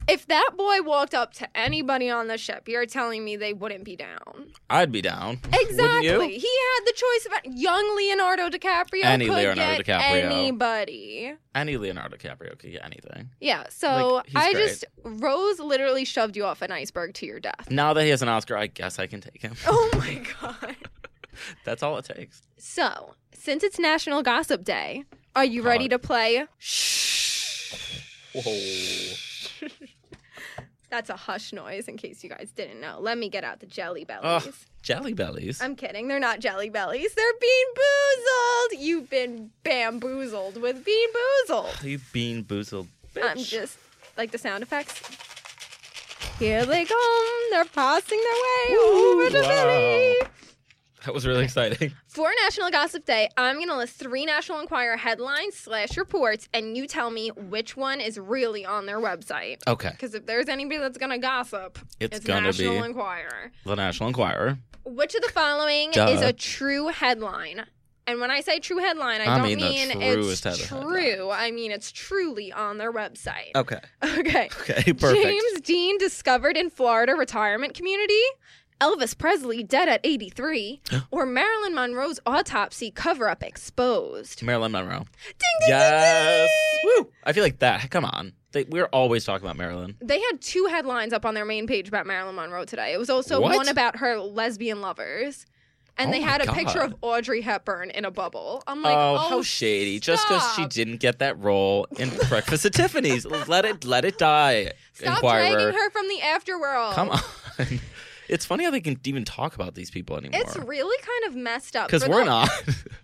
S1: If that boy walked up to anybody on the ship, you're telling me they wouldn't be down.
S2: I'd be down. Wouldn't
S1: Exactly. He
S2: you?
S1: had the choice of young Leonardo DiCaprio.
S2: Any
S1: could
S2: Leonardo
S1: get
S2: DiCaprio.
S1: Anybody.
S2: Any Leonardo DiCaprio could get anything.
S1: Yeah. So
S2: Like, he's
S1: I
S2: great.
S1: just Rose literally shoved you off an iceberg to your death.
S2: Now that he has an Oscar, I guess I can take him.
S1: Oh my god.
S2: That's all it takes.
S1: So, since it's National Gossip Day, are you ready
S2: Hot.
S1: to play?
S2: Whoa.
S1: That's a hush noise in case you guys didn't know. Let me get out the jelly bellies.
S2: Ugh, jelly bellies.
S1: I'm kidding. They're not jelly bellies. They're bean boozled. You've been bamboozled with bean boozled.
S2: you bean boozled bitch.
S1: I'm just like the sound effects. Here they come. They're passing their way over the
S2: wow.
S1: valley.
S2: That was really exciting.
S1: For National Gossip Day, I'm going to list three National Enquirer headlines slash reports, and you tell me which one is really on their website.
S2: Okay.
S1: Because if there's anybody that's going to gossip,
S2: It's
S1: it's,
S2: gonna
S1: National
S2: be-
S1: Enquirer.
S2: The National Enquirer.
S1: Which of the following
S2: Duh.
S1: is a true headline? And when I say true headline, I,
S2: I
S1: don't
S2: mean
S1: mean,
S2: the
S1: it's
S2: truest head-
S1: true. I mean it's truly on their website.
S2: Okay.
S1: Okay.
S2: Okay, Oh. perfect.
S1: James Dean discovered in Florida retirement community. Elvis Presley dead at 83, or Marilyn Monroe's autopsy cover up exposed.
S2: Marilyn Monroe.
S1: Ding, ding,
S2: Yes. Woo. I feel like that. Come on. They, we're always talking about Marilyn.
S1: ding. They had two headlines up on their main page about Marilyn Monroe today. It was also
S2: What?
S1: one about her lesbian lovers. And
S2: Oh
S1: they
S2: my
S1: had a picture
S2: God.
S1: of Audrey Hepburn in a bubble. I'm like,
S2: oh,
S1: oh,
S2: how shady! Just because she
S1: stop.
S2: didn't get that role in Breakfast at Tiffany's, let it let it die.
S1: Stop
S2: Inquirer,
S1: dragging her from the afterworld.
S2: come on! It's funny how they can even talk about these people anymore.
S1: It's really kind of messed up.
S2: because
S1: For
S2: we're
S1: the-
S2: not.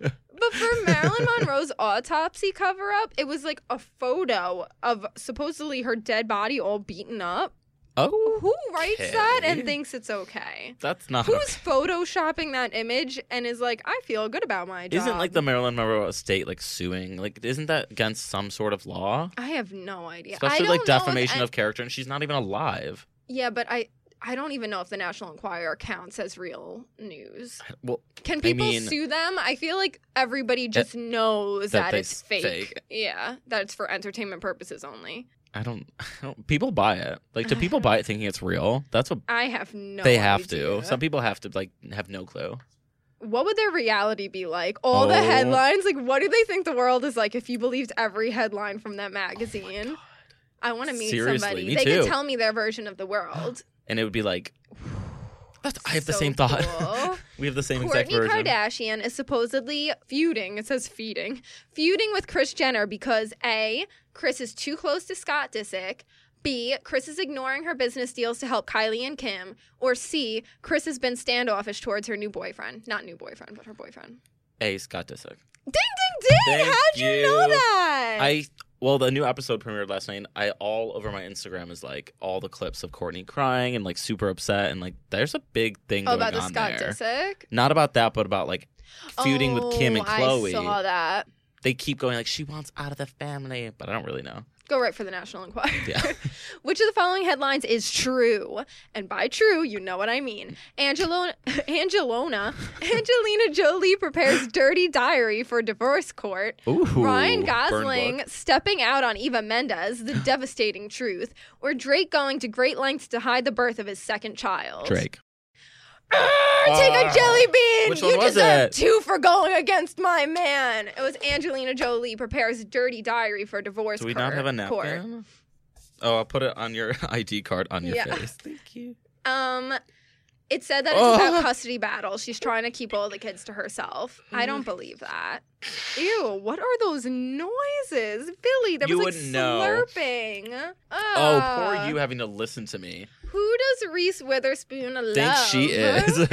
S1: But for Marilyn Monroe's autopsy cover up, it was like a photo of supposedly her dead body all beaten up.
S2: oh,
S1: Who writes that
S2: Okay.
S1: and thinks it's okay?
S2: that's not.
S1: Who's photoshopping that image and is like, I feel good about my job?
S2: Isn't like the Marilyn Monroe estate like suing? Like, isn't that against some sort of law?
S1: I have no idea. I
S2: Especially
S1: don't
S2: like
S1: know if
S2: defamation
S1: an-
S2: of character, and she's not even alive.
S1: Yeah, but I I don't even know if the National Enquirer counts as real news.
S2: Well,
S1: Can people
S2: mean-
S1: sue them? I feel like everybody just knows
S2: that
S1: that,
S2: they
S1: it's fake.
S2: fake.
S1: Yeah, that it's for entertainment purposes only.
S2: I don't. I don't people buy it. Like, do people buy it thinking it's real? That's what
S1: I have no.
S2: they have
S1: idea.
S2: to. Some people have to like have no clue.
S1: what would their reality be like? All the
S2: Oh.
S1: headlines, like what do they think the world is like if you believed every headline from that magazine? I want to meet
S2: Oh Seriously,
S1: somebody.
S2: me
S1: they
S2: too.
S1: can tell me their version of the world.
S2: and it would be like That's, I have the
S1: So
S2: same thought.
S1: cool.
S2: we have the same exact
S1: Courtney
S2: version.
S1: Kardashian is supposedly feuding. It says feeding, feuding with Chris Jenner because a Chris is too close to Scott Disick. B. Chris is ignoring her business deals to help Kylie and Kim. Or C. Chris has been standoffish towards her new boyfriend. Not new boyfriend, but her boyfriend.
S2: A Scott Disick.
S1: Ding, ding, ding!
S2: Thank
S1: How'd you, know
S2: you.
S1: that?
S2: I well, the new episode premiered last night. And I all over my Instagram is like all the clips of Courtney crying and like super upset and like there's a big thing
S1: oh,
S2: going
S1: about the
S2: on
S1: Scott
S2: there.
S1: Disick?
S2: Not about that, but about like feuding with Kim and
S1: Oh,
S2: Chloe.
S1: I saw that.
S2: They keep going like she wants out of the family, but I don't really know.
S1: Go right for the National Enquirer.
S2: Yeah.
S1: Which of the following headlines is true? And by true, you know what I mean. Angelona, Angelona, Angelina Jolie prepares dirty diary for divorce court.
S2: Ooh,
S1: Ryan
S2: burn
S1: Gosling
S2: book.
S1: stepping out on Eva Mendes, the devastating truth, or Drake going to great lengths to hide the birth of his second child.
S2: Drake.
S1: Arr, take a
S2: Ah.
S1: jelly bean.
S2: Which
S1: you
S2: one was
S1: deserve
S2: it?
S1: two for going against my man. It was Angelina Jolie prepares dirty diary for divorce.
S2: Do we not
S1: court-
S2: have a
S1: court.
S2: napkin? Oh, I'll put it on your ID card on your
S1: Yeah.
S2: face. Thank you.
S1: Um, it said that it's
S2: Oh.
S1: about custody battle. She's trying to keep all the kids to herself. I don't
S2: Mm.
S1: believe that. Ew, what are those noises, Billy? There
S2: You
S1: was like
S2: wouldn't know.
S1: slurping.
S2: Oh,
S1: Ah.
S2: poor you having to listen to me.
S1: Who does Reese Witherspoon love?
S2: Think she is.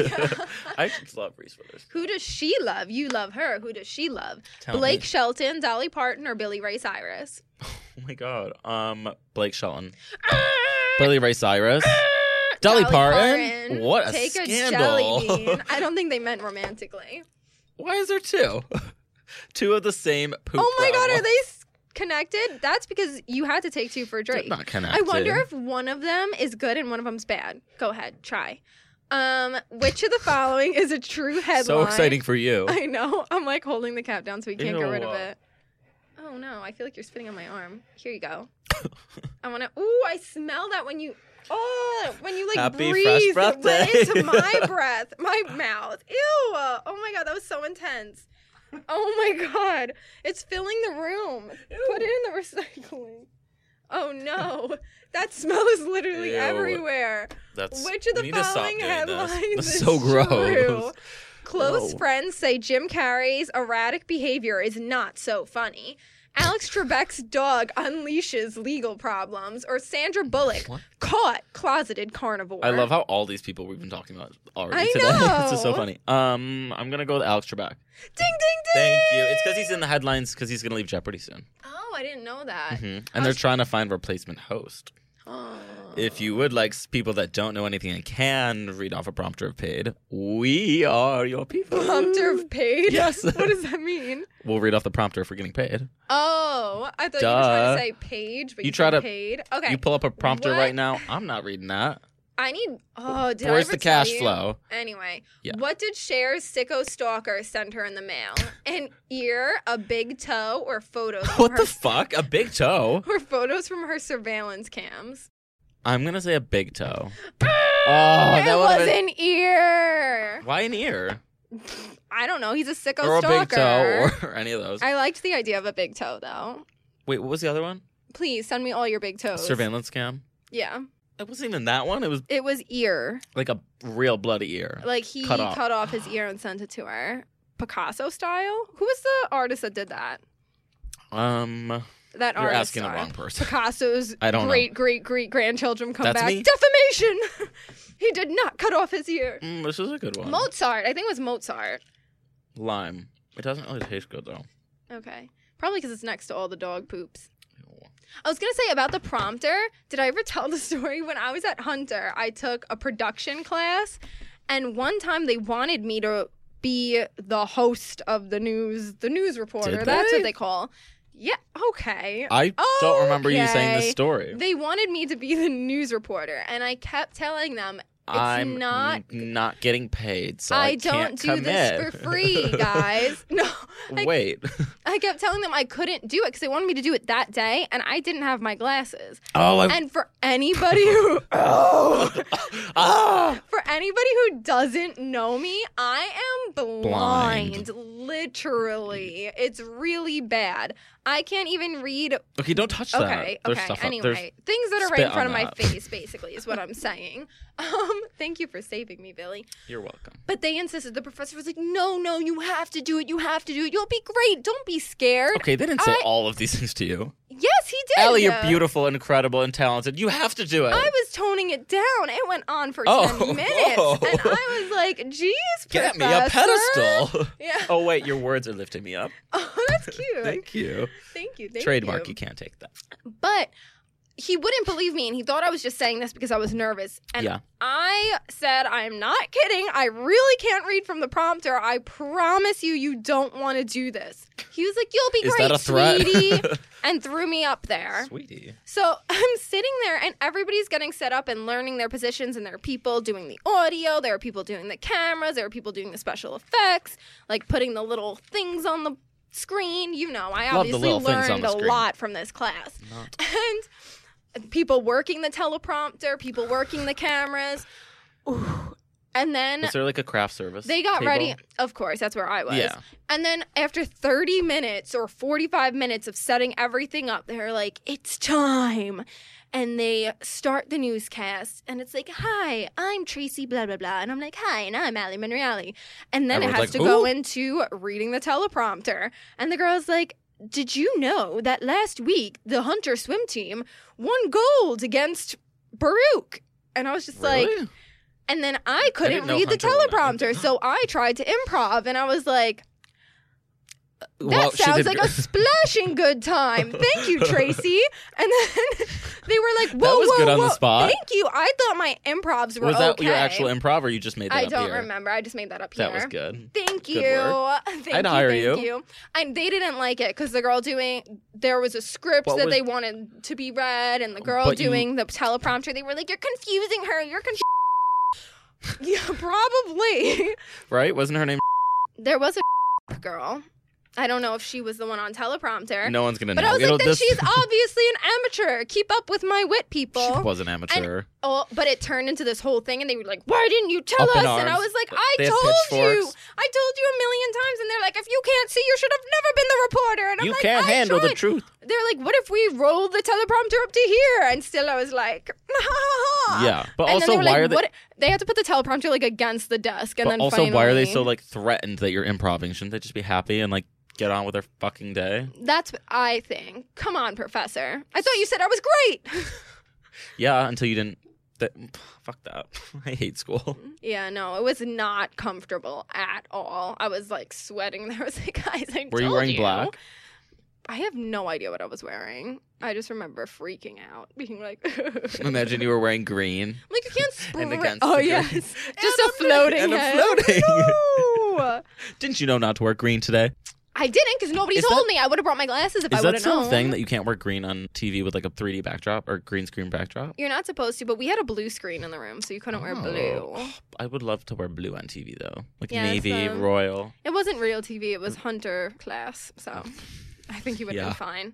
S2: I just love Reese Witherspoon.
S1: Who does she love? You love her. Who does she love?
S2: Tell me.
S1: Blake Shelton, Dolly Parton, or Billy Ray Cyrus?
S2: Oh my god. Um, Blake Shelton, Billy Ray Cyrus,
S1: Dolly
S2: Dolly, Parton. What a
S1: Take
S2: scandal!
S1: a jelly bean. I don't think they meant romantically.
S2: Why is there two? two of the same poop.
S1: Oh my god,
S2: problem.
S1: are they s- connected? That's because you had to take two for
S2: They're
S1: Drake.
S2: Not connected.
S1: I wonder if one of them is good and one of them's bad. Go ahead, try. Um, which of the following is a true headline?
S2: So exciting for you.
S1: I know. I'm like holding the cap down so we can't get rid of
S2: Ew.
S1: it. Oh no, I feel like you're spitting on my arm. Here you go. I want to. Ooh, I smell that when you. Oh, when you like
S2: Happy
S1: breathe
S2: Fresh
S1: it
S2: Breath
S1: went
S2: Day.
S1: into my breath, my mouth. Ew! Oh my god, that was so intense. Oh my god, it's filling the room. Put it in the recycling. Oh no, that smell is literally
S2: Ew.
S1: everywhere.
S2: That's
S1: Which of the
S2: we need to stop
S1: following
S2: doing this.
S1: headlines
S2: That's
S1: is
S2: so gross.
S1: true? Close
S2: No.
S1: friends say Jim Carrey's erratic behavior is not so funny. Alex Trebek's dog unleashes legal problems, or Sandra Bullock
S2: What?
S1: caught closeted carnivore.
S2: I love how all these people we've been talking about already
S1: I
S2: today. it's just so
S1: know.
S2: funny. Um, I'm gonna go with Alex Trebek.
S1: Ding ding ding.
S2: Thank you. It's because he's in the headlines because he's gonna leave Jeopardy soon.
S1: Oh, I didn't know that.
S2: hmm And they're trying to find replacement host.
S1: Oh.
S2: If you would like s- people that don't know anything and can read off a prompter of paid, we are your people.
S1: Prompter of paid.
S2: Yes.
S1: what does that mean?
S2: We'll read off the prompter if we're getting paid.
S1: Oh, I thought you were trying
S2: Duh.
S1: to say page, but
S2: You
S1: you,
S2: try
S1: said
S2: to-
S1: paid. Okay.
S2: You pull up a prompter
S1: What?
S2: right now. I'm not reading that.
S1: I need. Oh, did I
S2: Where's
S1: ever
S2: the
S1: tell
S2: cash
S1: you?
S2: flow?
S1: Anyway,
S2: Yeah.
S1: what did Cher's sicko stalker send her in the mail? An ear, a big toe, or photos? From
S2: What
S1: her,
S2: the fuck? A big toe?
S1: or photos from her surveillance cams?
S2: I'm gonna say a big toe. Oh,
S1: it
S2: that would
S1: was
S2: have been.
S1: an ear.
S2: Why an ear?
S1: I don't know. He's a sicko
S2: Or a
S1: stalker.
S2: big toe or any of those.
S1: I liked the idea of a big toe though.
S2: Wait, what was the other one?
S1: Please send me all your big toes.
S2: Surveillance cam.
S1: Yeah,
S2: It wasn't even that one. It was
S1: it was ear.
S2: like a real bloody ear.
S1: Like he
S2: Cut
S1: cut
S2: off.
S1: off, his ear and sent it to her. Picasso style. Who was the artist that did that?
S2: Um,
S1: That
S2: you're
S1: artist
S2: asking the
S1: style.
S2: wrong person.
S1: Picasso's
S2: I don't know.
S1: great great great grandchildren come
S2: Oh, That's
S1: back.
S2: me?
S1: Defamation. he did not cut off his ear.
S2: Mm, this is a good one.
S1: Mozart. I think it was Mozart.
S2: Lime. It doesn't really taste good though.
S1: Okay. Probably because it's next to all the dog poops.
S2: Ew.
S1: I was gonna say about the prompter. Did I ever tell the story when I was at Hunter? I took a production class, and one time they wanted me to be the host of the news, the news reporter.
S2: Did
S1: That's
S2: they?
S1: what they call. Yeah. Okay.
S2: I don't remember you saying this
S1: Okay.
S2: story.
S1: They wanted me to be the news reporter, and I kept telling them
S2: I'm
S1: not-
S2: n- not getting paid, so I,
S1: I don't
S2: can't
S1: do this
S2: commit.
S1: for free, guys. no, I,
S2: Wait.
S1: I kept telling them I couldn't do it because they wanted me to do it that day, and I didn't have my glasses.
S2: Oh, I.
S1: And for anybody who
S2: ah!
S1: for anybody who doesn't know me, I am blind,
S2: Blind.
S1: Literally, it's really bad. I can't even read.
S2: Okay, don't touch that.
S1: Okay,
S2: There's
S1: okay.
S2: stuff up- there's-
S1: Anyway, things that are right
S2: spit
S1: in front of
S2: on
S1: my
S2: that.
S1: face, basically, is what I'm saying. Um, thank you for saving me, Billy.
S2: You're welcome.
S1: But they insisted. The professor was like, "No, no, you have to do it. You have to do it. You'll be great. Don't be scared."
S2: Okay, they didn't say
S1: I-
S2: all of these things to you.
S1: Yes, he did.
S2: Allie, you're
S1: though.
S2: beautiful, incredible, and talented. You have to do it.
S1: I was toning it down. It went on for
S2: Oh,
S1: ten minutes,
S2: whoa.
S1: and I was like, "Geez,
S2: Get me a
S1: professor."
S2: pedestal.
S1: Yeah. Oh.
S2: oh wait, your words are lifting me up.
S1: that's cute. thank,
S2: Thank you.
S1: you. Thank
S2: Trademark. You.
S1: you.
S2: can't take that.
S1: But he wouldn't believe me, and he thought I was just saying this because I was nervous. And
S2: Yeah.
S1: I said, "I'm not kidding. I really can't read from the prompter. I promise you, you don't want to do this." He was like, "You'll be
S2: Is
S1: great,
S2: that a threat?
S1: sweetie," and threw me up there.
S2: Sweetie.
S1: So I'm sitting there, and everybody's getting set up and learning their positions, and there are people doing the audio, there are people doing the cameras, there are people doing the special effects, like putting the little things on the screen. You know, I
S2: the
S1: obviously
S2: little things on
S1: learned
S2: the
S1: a
S2: screen.
S1: lot from this class.
S2: Not-
S1: And people working the teleprompter, people working the cameras. Ooh. And then
S2: Was there like a craft service?
S1: they got
S2: table?
S1: ready. Of course, that's where I was.
S2: Yeah.
S1: And then after 30 minutes or 45 minutes of setting everything up, they're like, it's time. And they start the newscast, and it's like, hi, I'm Tracy, blah, blah, blah. And I'm like, hi, and I'm Allie Monreale. And then
S2: Everyone's
S1: it has
S2: like,
S1: to go
S2: "Ooh."
S1: into reading the teleprompter. And the girl's like, did you know that last week the Hunter swim team won gold against Baruch? And I was just like,
S2: Really?
S1: and then I couldn't
S2: didn't know
S1: read the
S2: Hunter went out.
S1: teleprompter, so I tried to improv, and I was like, "That
S2: Well, she
S1: sounds
S2: did
S1: like
S2: gr-
S1: a splashing good time." Thank you, Tracy. And then they were like, "Whoa,
S2: was
S1: whoa,
S2: good on the
S1: whoa!"
S2: spot.
S1: Thank you. I thought my improvs were
S2: Was that
S1: okay.
S2: your actual improv, or you just made that
S1: I
S2: up
S1: don't
S2: here?
S1: remember. I just made that up here.
S2: That was good.
S1: Thank you.
S2: Good work.
S1: Thank
S2: I'd
S1: you.
S2: hire
S1: thank
S2: you.
S1: you. And they didn't like it because the girl doing there was a script
S2: What
S1: that
S2: was-
S1: they wanted to be read, and the girl
S2: But you-
S1: doing the teleprompter, they were like, "You're confusing her. You're confused." yeah, probably.
S2: Right? Wasn't her name?
S1: There was a girl. I don't know if she was the one on teleprompter.
S2: No one's gonna
S1: But
S2: know.
S1: I was
S2: It'll
S1: like, then
S2: just-
S1: she's obviously an amateur. Keep up with my wit, people.
S2: She was an amateur.
S1: Oh, but it turned into this whole thing, and they were like, "Why didn't you tell
S2: Up
S1: us?"
S2: in
S1: And I
S2: arms.
S1: was like,
S2: But
S1: "I
S2: they have
S1: told you,
S2: pitchforks.
S1: I told you a million times." And they're like, "If you can't see, you should have never been the reporter." And I'm
S2: you
S1: like,
S2: can't
S1: "I
S2: handle the
S1: tried."
S2: truth.
S1: They're like, "What if we roll the teleprompter up to here?" And still, I was like, "Ha ha ha."
S2: Yeah, but
S1: and
S2: also
S1: then they were
S2: why
S1: like,
S2: are they?
S1: what? They had to put the teleprompter like against the desk, and
S2: but
S1: then
S2: also why are they
S1: finally-
S2: so like threatened that you're improvising? Shouldn't they just be happy and like get on with their fucking day?
S1: That's what I think. Come on, professor. I thought you said I was great.
S2: Yeah, until you didn't. That, fuck that. I hate school.
S1: yeah, no, it was not comfortable at all. I was like sweating. There I was like, guys, I
S2: Were you
S1: told
S2: wearing black?
S1: I have no idea what I was wearing. I just remember freaking out, being like,
S2: Imagine you were wearing green.
S1: like you can't spray.
S2: And against
S1: oh
S2: the
S1: yes,
S2: green.
S1: just a floating
S2: and
S1: head.
S2: a floating.
S1: No!
S2: Didn't you know not to wear green today?
S1: I didn't because nobody
S2: Is
S1: told
S2: that-
S1: me. I would have brought my glasses if I
S2: Is
S1: would
S2: that
S1: have
S2: still
S1: known.
S2: a thing that you can't wear green on TV with like a 3D backdrop or green screen backdrop?
S1: You're not supposed to, but we had a blue screen in the room, so you couldn't wear
S2: Oh.
S1: blue.
S2: I would love to wear blue on TV though, like
S1: Yeah,
S2: navy,
S1: so-
S2: royal.
S1: It wasn't real TV. It was Hunter class, so I think you would have
S2: Mm. Yeah.
S1: been fine.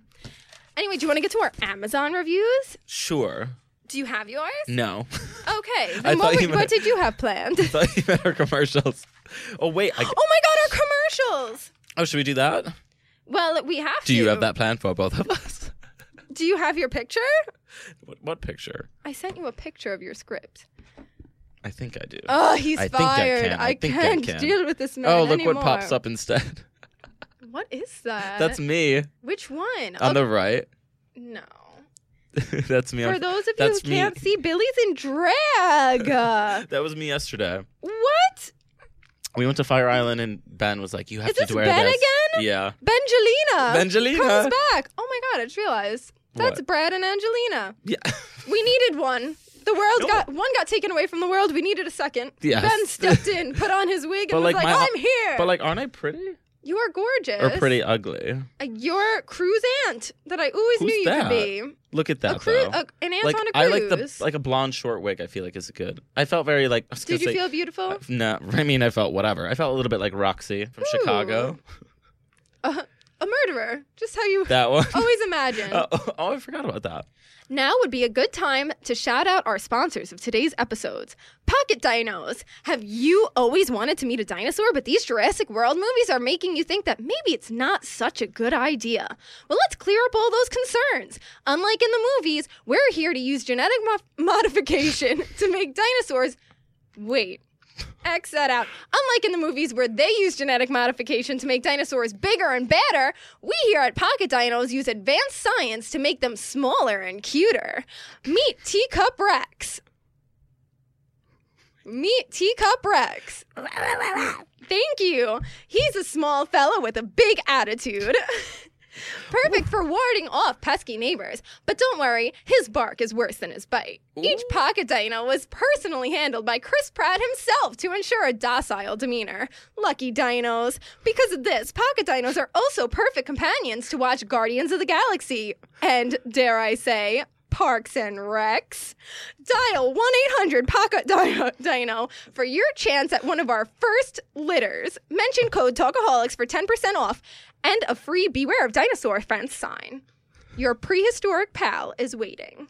S1: Anyway, do you want to get to our Amazon reviews?
S2: Sure.
S1: Do you have yours?
S2: No.
S1: Okay.
S2: Mm. I
S1: Then what,
S2: thought
S1: were-
S2: you meant-
S1: what did you have planned? oh
S2: Thought you meant our commercials. Oh wait. I,
S1: my God, our commercials!
S2: oh, should we do that?
S1: Well, we have to.
S2: Do you have that plan for both of us?
S1: Do you have your picture?
S2: what, what picture?
S1: I sent you a picture of your script.
S2: I think I do.
S1: Oh, he's
S2: I think I
S1: fired.
S2: can. I think I
S1: can't
S2: can.
S1: deal with this man
S2: oh, look
S1: anymore.
S2: what pops up instead.
S1: What is that?
S2: That's me
S1: which one?
S2: on
S1: Oh,
S2: the right.
S1: no.
S2: That's me.
S1: For
S2: On,
S1: those of you who
S2: that's me.
S1: can't see, Billy's in drag.
S2: that was me yesterday.
S1: what?
S2: We went to Fire Island and Ben was like, "You have
S1: Is
S2: to
S1: this
S2: wear
S1: Ben
S2: this."
S1: again?
S2: Yeah,
S1: Benjelina.
S2: Benjelina.
S1: comes back. Oh my god, I just realized. That's
S2: What?
S1: Brad and Angelina.
S2: yeah.
S1: We needed one. The world
S2: No.
S1: got one got taken away from the world. We needed a second.
S2: Yes.
S1: Ben stepped in, put on his wig,
S2: But
S1: and was
S2: like
S1: like,
S2: my-
S1: "I'm here."
S2: But like, aren't I pretty
S1: you are gorgeous.
S2: or pretty ugly?
S1: Uh, You're Cruise Aunt that I always
S2: Who's
S1: knew you
S2: that?
S1: could be.
S2: Look at that
S1: a cru-
S2: though.
S1: a, an aunt
S2: like
S1: on a cruise.
S2: I like the like a blonde short wig. I feel like is good. I felt very like. I was
S1: Did
S2: gonna
S1: you
S2: say, uh,
S1: feel beautiful?
S2: No, I mean I felt whatever. I felt a little bit like Roxy from Chicago.
S1: a murderer, just how you
S2: That one.
S1: always imagine.
S2: Oh, oh, I forgot about that.
S1: Now would be a good time to shout out our sponsors of today's episodes. Pocket Dinos. Have you always wanted to meet a dinosaur, but these Jurassic World movies are making you think that maybe it's not such a good idea? Well, let's clear up all those concerns. Unlike in the movies, we're here to use genetic mo- modification to make dinosaurs. Wait. X that out. Unlike in the movies where they use genetic modification to make dinosaurs bigger and better, we here at Pocket Dinos use advanced science to make them smaller and cuter. Meet Teacup Rex. Meet Teacup Rex. Thank you. He's a small fella with a big attitude. Perfect for warding off pesky neighbors. But don't worry, his bark is worse than his bite. Each pocket dino was personally handled by Chris Pratt himself to ensure a docile demeanor. Lucky dinos. Because of this, pocket dinos are also perfect companions to watch Guardians of the Galaxy and, dare I say, Parks and Recs. Dial 1 800 Pocket Dino- Dino for your chance at one of our first litters. Mention code TALKAHOLICS for 10% off and a free Beware of Dinosaur Fence sign. Your prehistoric pal is waiting.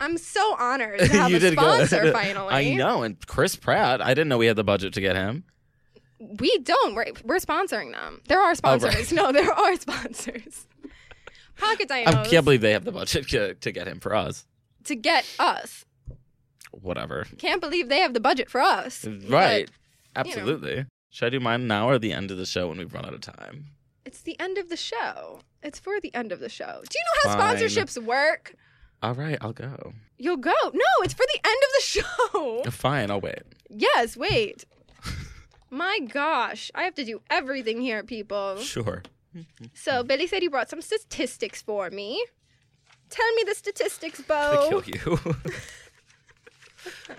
S1: I'm so honored to have
S2: you
S1: a
S2: did
S1: sponsor
S2: good.
S1: finally.
S2: I know, and Chris Pratt. I didn't know we had the budget to get him.
S1: We don't. We're, we're sponsoring them. There
S2: Oh,
S1: are sponsors. No, there are sponsors. Pocket Dinos
S2: I can't believe they have the budget to, to get him for us.
S1: to get us.
S2: Whatever.
S1: Can't believe they have the budget for us.
S2: Right. Absolutely. Should I do mine now or the end of the show when we've run out of time?
S1: It's the end of the show. It's for the end of the show. Do you know how
S2: Fine.
S1: sponsorships work?
S2: All right, I'll go.
S1: You'll go. No, it's for the end of the show.
S2: Fine, I'll wait.
S1: yes, wait. My gosh, I have to do everything here, people.
S2: Sure.
S1: So Billy said he brought some statistics for me. Tell me the statistics,
S2: To
S1: Bo.
S2: kill you.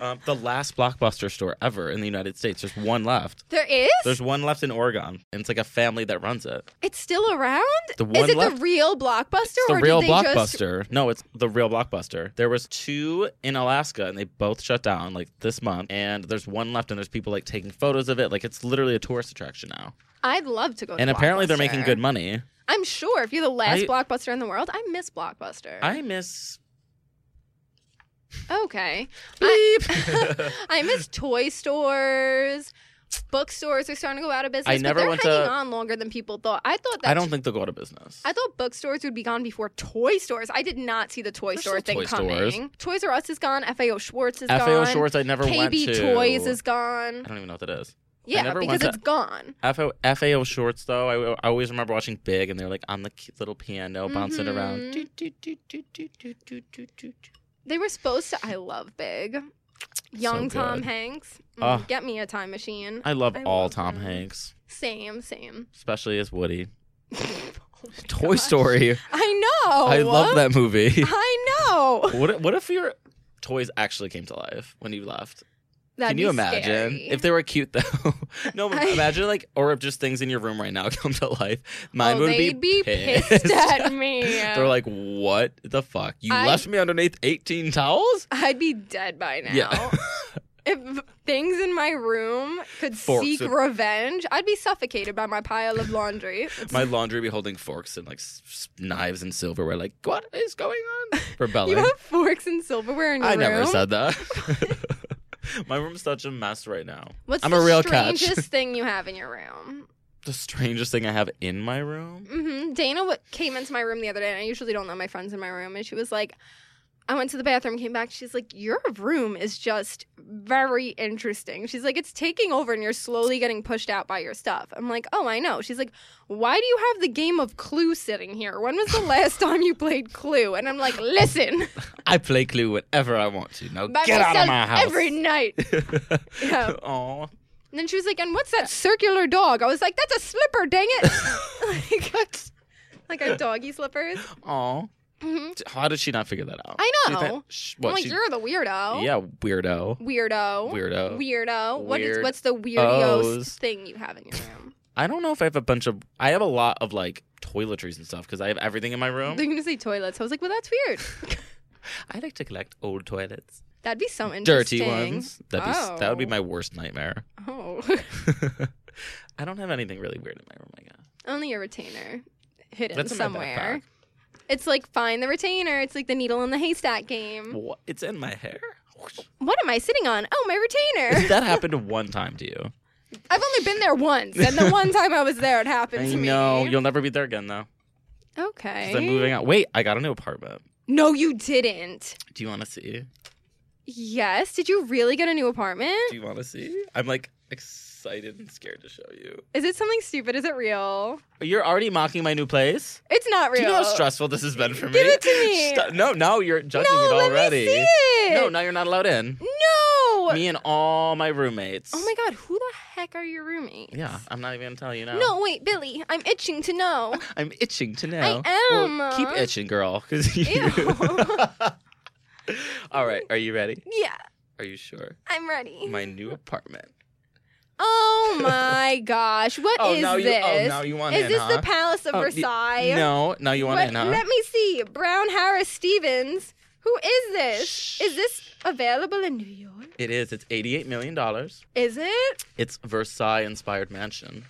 S2: um, the last blockbuster store ever in the United States. There's one left.
S1: There is?
S2: There's one left in Oregon, and it's like a family that runs it.
S1: It's still around?
S2: The one
S1: is it
S2: left-
S1: the real blockbuster
S2: It's the
S1: or
S2: real
S1: did they just
S2: blockbuster. No, it's the real blockbuster. There was two in Alaska, and they both shut down like this month. And there's one left, and there's people like taking photos of it. Like it's literally a tourist attraction now.
S1: I'd love to go to
S2: and apparently they're
S1: Blockbuster.
S2: making good money.
S1: I'm sure if you're the last
S2: I-
S1: blockbuster in the world, I miss Blockbuster.
S2: I miss.
S1: Okay. I, I miss toy stores. Bookstores are starting to go out of business.
S2: I never
S1: but they're
S2: went
S1: hanging
S2: to-
S1: on longer than people thought. I thought that
S2: I don't think they'll go out of business.
S1: I thought bookstores would be gone before toy stores. I did not see the toy
S2: There's
S1: store
S2: still
S1: thing
S2: toy
S1: coming.
S2: stores.
S1: Toys R Us is gone. FAO Schwartz is
S2: FAO
S1: gone.
S2: Shorts, I never went to.
S1: KB Toys is gone.
S2: I don't even know what that is.
S1: Yeah,
S2: never
S1: because
S2: went to-
S1: it's gone.
S2: FAO, FAO shorts though. I, I always remember watching Big, and they're like on the cute little piano bouncing
S1: Mhm.
S2: around. Doo, doo, doo, doo, doo, doo, doo, doo, doo.
S1: They were supposed to. I love Big. Young
S2: So
S1: Tom
S2: good.
S1: Hanks. Mm,
S2: Ah.
S1: Get me a time machine.
S2: I love
S1: I
S2: all
S1: love
S2: Tom
S1: them.
S2: Hanks,
S1: Same, same.
S2: especially as Woody.
S1: Oh my
S2: Toy
S1: gosh.
S2: Story.
S1: I know.
S2: I love that movie.
S1: I know.
S2: what if- What if your toys actually came to life when you left?
S1: That'd
S2: Can you
S1: be
S2: imagine
S1: scary.
S2: if they were cute though? no,
S1: I-
S2: imagine like or if just things in your room right now come to life. Mine
S1: oh,
S2: would
S1: they'd be, pissed. at me.
S2: They're like, "What the fuck? You
S1: I-
S2: left me underneath 18 towels?
S1: I'd be dead by now.
S2: Yeah.
S1: if things in my room could
S2: Forks
S1: seek
S2: and-
S1: revenge, I'd be suffocated by my pile of laundry. It's-
S2: My laundry be holding forks and like s- s- knives and silverware. Like, what is going on? Rebelling.
S1: you have forks and silverware in your
S2: I
S1: room.
S2: never said that. My room's such a mess right now.
S1: What's
S2: I'm
S1: the
S2: a real catch.
S1: strangest thing you have in your room?
S2: The strangest thing I have in my room.
S1: hmm Dana w- came into my room the other day, and I usually don't let my friends in my room. And she was like, I went to the bathroom, came back. She's like, Your room is just very interesting. She's like, It's taking over, and you're slowly getting pushed out by your stuff. I'm like, Oh, I know. She's like, Why do you have the game of Clue sitting here? When was the last time you played Clue? And I'm like, Listen,
S2: I play Clue whenever I want to. Now
S1: by
S2: get
S1: myself
S2: out of my house.
S1: every night. Yeah.
S2: Aw.
S1: And then she was like, And what's that circular dog? I was like, That's a slipper, dang it. like, like a doggy slippers.
S2: Aw.
S1: hmm
S2: How did she not figure that out?
S1: I
S2: She
S1: know.
S2: thought- sh- what,
S1: I'm like,
S2: she-
S1: You're the weirdo.
S2: Yeah, weirdo.
S1: Weirdo.
S2: Weirdo.
S1: Weirdo. What is
S2: Weird-
S1: what's the weirdiest
S2: O's.
S1: thing you have in your room?
S2: I don't know if I have a bunch of. I have a lot of like toiletries and stuff because I have everything in my room.
S1: They're gonna say toilets. I was like, well, that's weird.
S2: I like to collect old toilets,
S1: That'd be so interesting.
S2: dirty ones. That'd be s that would be
S1: Oh.
S2: my worst nightmare.
S1: Oh,
S2: I don't have anything really weird in my room. I guess
S1: Only a retainer hidden
S2: That's in my
S1: somewhere. It's like find the retainer. It's like the needle in the haystack
S2: backpack.
S1: game.
S2: What? It's in my hair.
S1: What am I sitting on? Oh, my retainer.
S2: that happened one time to you.
S1: I've only been there once, and the one time I was there, it happened
S2: I
S1: to me.
S2: know. You'll never be there again though.
S1: okay.
S2: 'Cause I'm moving out. Wait, I got a new apartment.
S1: No, you didn't.
S2: Do you want to see?
S1: Yes. Did you really get a new apartment?
S2: Do you want to see? I'm like excited and scared to show you.
S1: Is it something stupid? Is it real?
S2: You're already mocking my new place.
S1: It's not real.
S2: Do you know how stressful this has been for me?
S1: Give it to me.
S2: Stop- No, now you're judging
S1: no,
S2: it
S1: let
S2: already.
S1: me see it.
S2: No, now you're not allowed in.
S1: No.
S2: Me and all my roommates.
S1: Oh my god, who the heck are your roommates?
S2: Yeah, I'm not even gonna tell you now.
S1: No, wait, Billy, I'm itching to know.
S2: I'm itching to know.
S1: am. uh,
S2: Well, keep itching, girl. Cause you...
S1: Ew.
S2: All right, are you ready?
S1: yeah,
S2: Are you sure?
S1: I'm ready.
S2: Oh My new apartment.
S1: oh my gosh, what is
S2: Oh, now you-
S1: this?
S2: oh, now you want
S1: is
S2: in,
S1: this
S2: huh?
S1: the Palace of
S2: Oh, d-
S1: Versailles?
S2: No, now you want
S1: What-
S2: in, huh?
S1: Let me see. Brown Harris Stevens. Who is this?
S2: Shh.
S1: Is this available in New York?
S2: It is. It's $88 million.
S1: Is it?
S2: It's Versailles inspired mansion.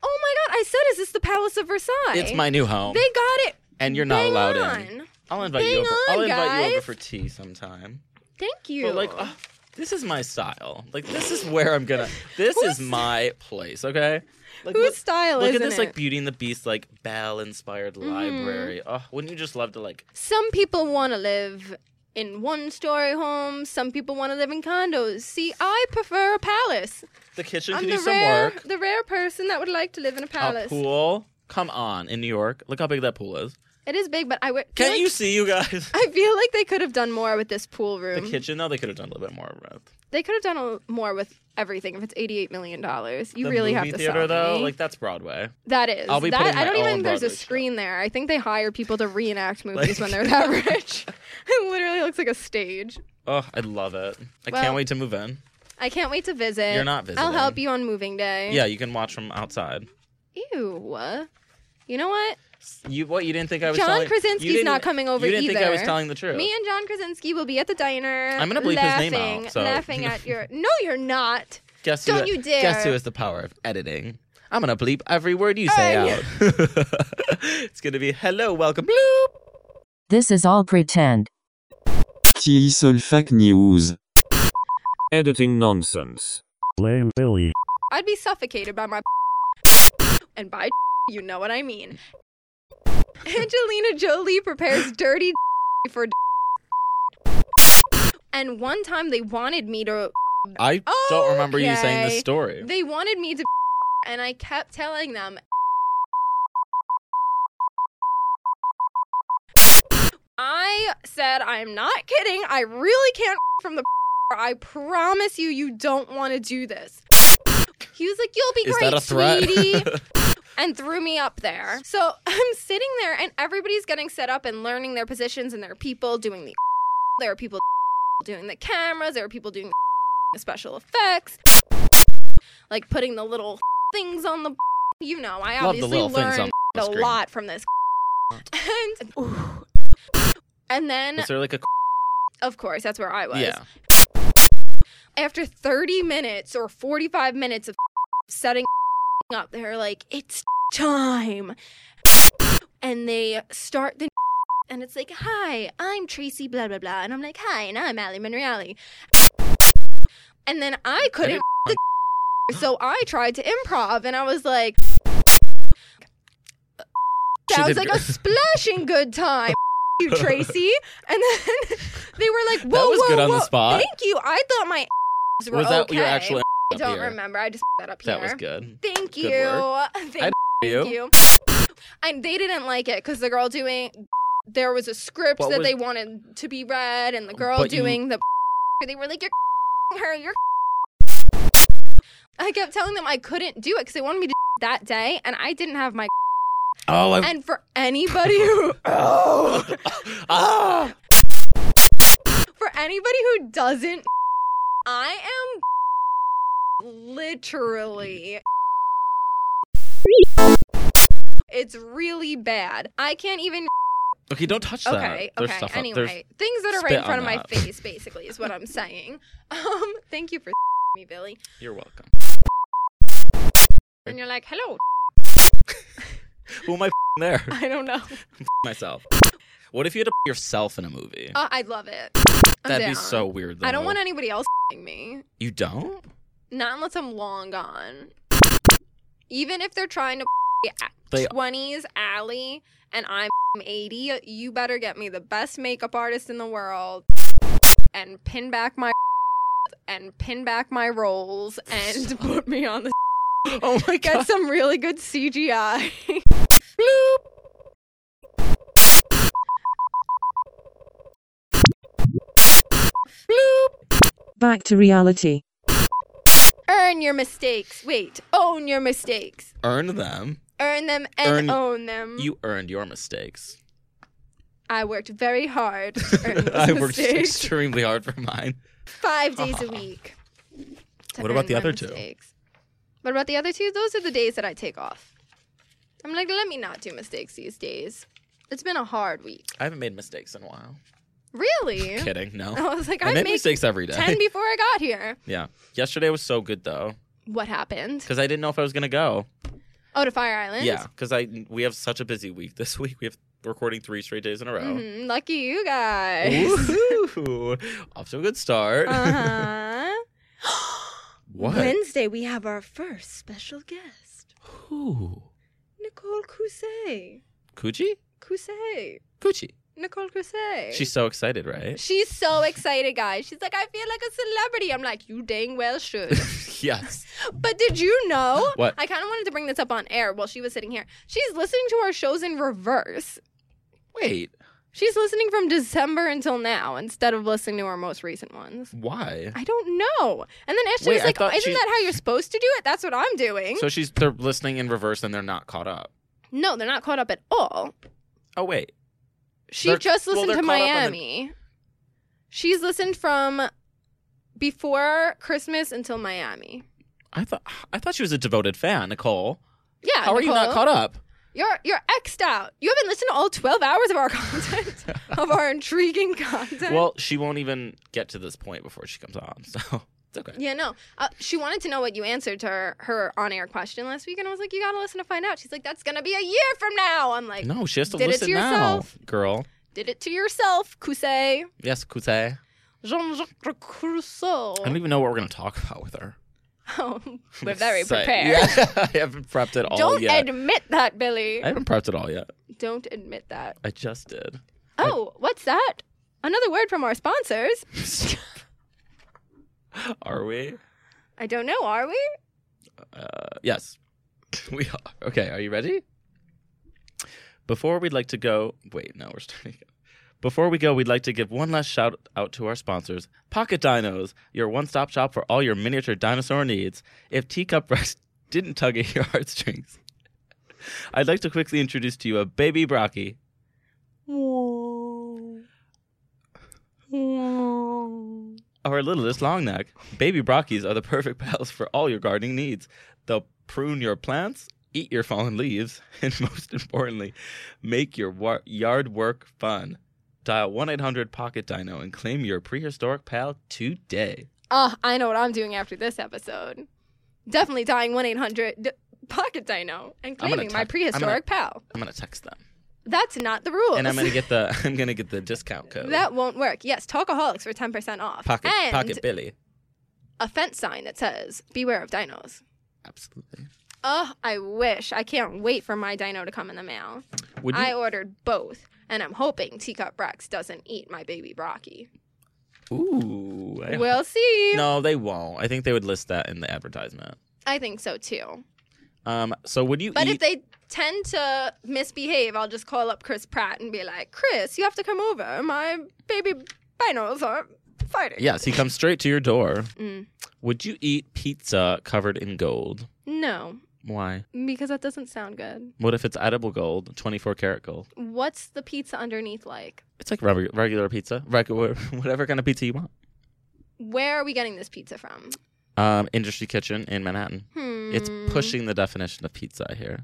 S1: Oh my god, I said, is this the Palace of Versailles?
S2: It's my new home.
S1: They got it.
S2: and you're not
S1: Bang
S2: allowed in.
S1: on.
S2: I'll invite you
S1: Bang
S2: over. I'll
S1: on,
S2: invite you over
S1: guys.
S2: for tea sometime.
S1: Thank you.
S2: But like ah, this is my style. Like this is where I'm gonna this
S1: Who's-
S2: is my place, okay? Like
S1: Whose
S2: look,
S1: style
S2: look
S1: is
S2: at this
S1: it? Mm-hmm.
S2: like Beauty and the Beast like bell inspired library. Oh, wouldn't you just love to like
S1: Some people want to live in one story homes, some people want to live in condos. See, I prefer a palace.
S2: the kitchen
S1: I'm
S2: can
S1: the
S2: do some
S1: rare
S2: work.
S1: the rare person that would like to live in a
S2: A
S1: palace.
S2: pool. Come on, in New York. Look how big that pool is.
S1: It is big, but I w- feel
S2: Can't
S1: like,
S2: you see you guys?
S1: I feel like they could have done more with this pool
S2: The
S1: room.
S2: kitchen, though, they could have done a little bit more with.
S1: They could have done a, l- more with everything if it's 88 million dollars. You
S2: the
S1: really
S2: movie
S1: have to sell
S2: theater though,
S1: me.
S2: like that's Broadway.
S1: that is.
S2: I'll be
S1: that,
S2: putting
S1: I don't
S2: my
S1: even
S2: own
S1: think there's a
S2: Broadway show.
S1: screen there. I think they hire people to reenact movies
S2: Like-
S1: when they're that rich. it literally looks like a stage.
S2: Oh, I love it. I
S1: Well-
S2: can't wait to move in.
S1: I can't wait to visit.
S2: You're not
S1: I'll
S2: visiting.
S1: help you on moving day.
S2: Yeah, you can watch from outside.
S1: Ew. You know what?
S2: You what? You didn't think I was
S1: John
S2: telling- you
S1: Krasinski's
S2: didn't-
S1: not coming over
S2: You didn't think I was
S1: either.
S2: telling the truth.
S1: Me and John Krasinski will be at the diner.
S2: I'm gonna bleep his
S1: laughing,
S2: name out, so-
S1: Laughing at your. No, you're not.
S2: guess
S1: Don't
S2: who,
S1: you dare.
S2: Guess who has the power of editing? I'm gonna bleep every word you say
S1: Oh,
S2: out. it's gonna be hello, welcome, bloop.
S3: This is all pretend.
S4: TI Soul Fac News.
S5: Editing nonsense. Blame Billy.
S1: I'd be suffocated by my. And by you know what I mean. Angelina Jolie prepares dirty for. And one time they wanted me to.
S2: I don't remember you saying
S1: Okay.
S2: this story.
S1: They wanted me to. And I kept telling them. I said, I'm not kidding. I really can't from the. I promise you, you don't want to do this. He was like, You'll be
S2: Is
S1: great,
S2: that a threat?
S1: sweetie. and threw me up there. So I'm sitting there, and everybody's getting set up and learning their positions, and there are people doing the. There are people doing the cameras. There are people doing the special effects, like putting the little things on the. You know, I
S2: Love the
S1: obviously
S2: little things on
S1: learned
S2: the
S1: a
S2: screen.
S1: lot from this. And and then,
S2: Was there like a
S1: of course, that's where I was
S2: yeah?
S1: after 30 minutes or 45 minutes of setting up, they're like, it's time. And they start the and it's like, hi, I'm Tracy, blah, blah, blah. And I'm like, hi, and I'm Allie Monreale. And then I couldn't the so I tried to improv and I was like,
S2: She
S1: sounds
S2: did
S1: like
S2: gr-
S1: a splashing good time. You Tracy, and then they were like, "Whoa,
S2: was
S1: whoa,
S2: good on the
S1: whoa,
S2: spot.
S1: Thank you. I thought my were
S2: Was that
S1: okay.
S2: your actual?
S1: I don't
S2: here?
S1: remember. I just that up here.
S2: That was good.
S1: Thank
S2: Good
S1: you.
S2: work.
S1: Thank
S2: I
S1: Thank you. And they didn't like it because the girl doing there was a script
S2: What
S1: that
S2: was-
S1: they wanted to be read, and the girl
S2: But you-
S1: doing the they were like, "You're her, you're." I kept telling them I couldn't do it because they wanted me to that day, and I didn't have my.
S2: Oh, I.
S1: And for anybody who
S2: Oh. ah.
S1: for anybody who doesn't, I am literally. It's really bad. I can't even.
S2: Okay, don't touch that.
S1: Okay,
S2: There's
S1: okay.
S2: stuff up-
S1: Anyway,
S2: there's-
S1: things that are right in
S2: spit
S1: front of my
S2: on that.
S1: face, basically, is what I'm saying. Um, thank you for me, Billy.
S2: You're welcome.
S1: And you're like, hello.
S2: Who am I there?
S1: I don't know.
S2: Myself. What if you had to yourself in a movie?
S1: Uh, I'd love it. I'm
S2: That'd
S1: down.
S2: be so weird. Though.
S1: I don't want anybody else me.
S2: You don't?
S1: Not unless I'm long gone. Even if they're trying to
S2: They-
S1: twenties alley and I'm eighty, you better get me the best makeup artist in the world and pin back my and pin back my rolls and put me on the
S2: Oh my
S1: get
S2: god.
S1: some really good CGI.
S6: Back to reality.
S1: Earn your mistakes. Wait, own your mistakes.
S2: Earn them.
S1: Earn them and
S2: Earn-
S1: own them.
S2: You earned your mistakes.
S1: I worked very hard to earn those
S2: I worked
S1: mistakes.
S2: extremely hard for mine.
S1: five days a week. to
S2: What about
S1: earn
S2: the
S1: my
S2: other two?
S1: mistakes. What about the other two? Those are the days that I take off. I'm like, let me not do mistakes these days. It's been a hard week.
S2: I haven't made mistakes in a while.
S1: Really?
S2: Kidding. No.
S1: I was like,
S2: I
S1: Oh, I,
S2: make
S1: made
S2: mistakes every day.
S1: ten before I got here.
S2: yeah. Yesterday was so good though,
S1: What happened?
S2: because I didn't know if I was gonna go.
S1: Oh, to Fire Island.
S2: Yeah, because I we have such a busy week this week. We have recording three straight days in a row.
S1: Mhm, Lucky you guys.
S2: Woohoo! Off to a good start.
S1: uh huh.
S2: What?
S1: Wednesday we have our first special guest,
S2: Who?
S1: Nicole Cousset.
S2: Coochie?
S1: Cousset.
S2: Coochie.
S1: Nicole Cousset.
S2: She's so excited, right?
S1: She's so excited, guys. She's like, I feel like a celebrity. I'm like, you dang well should.
S2: yes.
S1: but did you know?
S2: What?
S1: I kind of wanted to bring this up on air while she was sitting here. She's listening to our shows in reverse.
S2: Wait.
S1: She's listening from December until now instead of listening to our most recent ones.
S2: Why?
S1: I don't know. And then Ashley
S2: Wait,
S1: was
S2: I
S1: like,
S2: thought
S1: Isn't
S2: she-
S1: that how you're supposed to do it? That's what I'm doing.
S2: So she's they're listening in reverse and they're not caught up.
S1: no, they're not caught up at all.
S2: Oh wait.
S1: She
S2: They're-
S1: just
S2: well,
S1: listened
S2: they're
S1: to
S2: caught up on the-
S1: Miami. She's listened from before Christmas until Miami.
S2: I thought I thought she was a devoted fan, Nicole.
S1: Yeah.
S2: How are you not
S1: Ah, Nicole.
S2: caught up?
S1: You're you're xed out. You haven't listened to all twelve hours of our content, of our intriguing content.
S2: Well, she won't even get to this point before she comes on, so it's okay.
S1: yeah, no. Uh, she wanted to know what you answered to her, her on-air question last week, and I was like, "You gotta listen to find out." She's like, "That's gonna be a year from now." I'm like,
S2: No, she has to
S1: Did it to
S2: listen now,
S1: yourself.
S2: girl.
S1: "Did it to yourself, Cousset,
S2: Yes, Kute.
S1: Jean-Jacques Rousseau."
S2: I don't even know what we're gonna talk about with her.
S1: Oh, we're very
S2: Say-
S1: prepared.
S2: Yeah, Oh, I haven't prepped it all
S1: Don't
S2: yet.
S1: admit that, Billy.
S2: I haven't prepped it all yet.
S1: Don't admit that.
S2: I just did.
S1: Oh, what's that? Another word from our sponsors.
S2: Are we?
S1: I don't know. Are we?
S2: Uh, yes. We are. Okay, are you ready? Before we'd like to go. Wait, no, we're starting. again. Before we go, we'd like to give one last shout out to our sponsors Pocket Dinos, your one stop shop for all your miniature dinosaur needs. If teacup rest didn't tug at your heartstrings, I'd like to quickly introduce to you a baby Brocky. Our littlest long neck, baby brockies are the perfect pals for all your gardening needs. They'll prune your plants, eat your fallen leaves, and most importantly, make your wa- yard work fun. Dial 1 800 Pocket Dino and claim your prehistoric pal today.
S1: Oh, I know what I'm doing after this episode. Definitely dying 1 800 Pocket Dino and
S2: gonna
S1: claiming my
S2: text- I'm gonna-
S1: prehistoric pal.
S2: I'm going to text them.
S1: That's not the rules.
S2: And I'm going to get the I'm going to get the discount code.
S1: that won't work. Yes, Talkaholics for 10% off.
S2: pocket
S1: and
S2: Pocket Billy.
S1: a fence sign that says, Beware of dinos.
S2: Absolutely.
S1: Oh, I wish. I can't wait for my dino to come in the mail.
S2: Would
S1: I
S2: you
S1: ordered both, and I'm hoping Teacup Rex doesn't eat my baby Brocky.
S2: Ooh. I-
S1: We'll see.
S2: no, they won't. I think they would list that in the advertisement.
S1: I think so too.
S2: Um so would you
S1: But
S2: eat
S1: if they tend to misbehave, I'll just call up Chris Pratt and be like, Chris, you have to come over. My baby binos are fighting.
S2: Yes, he comes straight to your door.
S1: Mm.
S2: Would you eat pizza covered in gold?
S1: No,
S2: Why?
S1: because that doesn't sound good.
S2: What if it's edible gold, 24 karat gold?
S1: What's the pizza underneath like?
S2: It's like regu- regular pizza, regular, whatever kind of pizza you want.
S1: Where are we getting this pizza from?
S2: Um, Industry Kitchen in Manhattan.
S1: Hmm.
S2: It's pushing the definition of pizza here.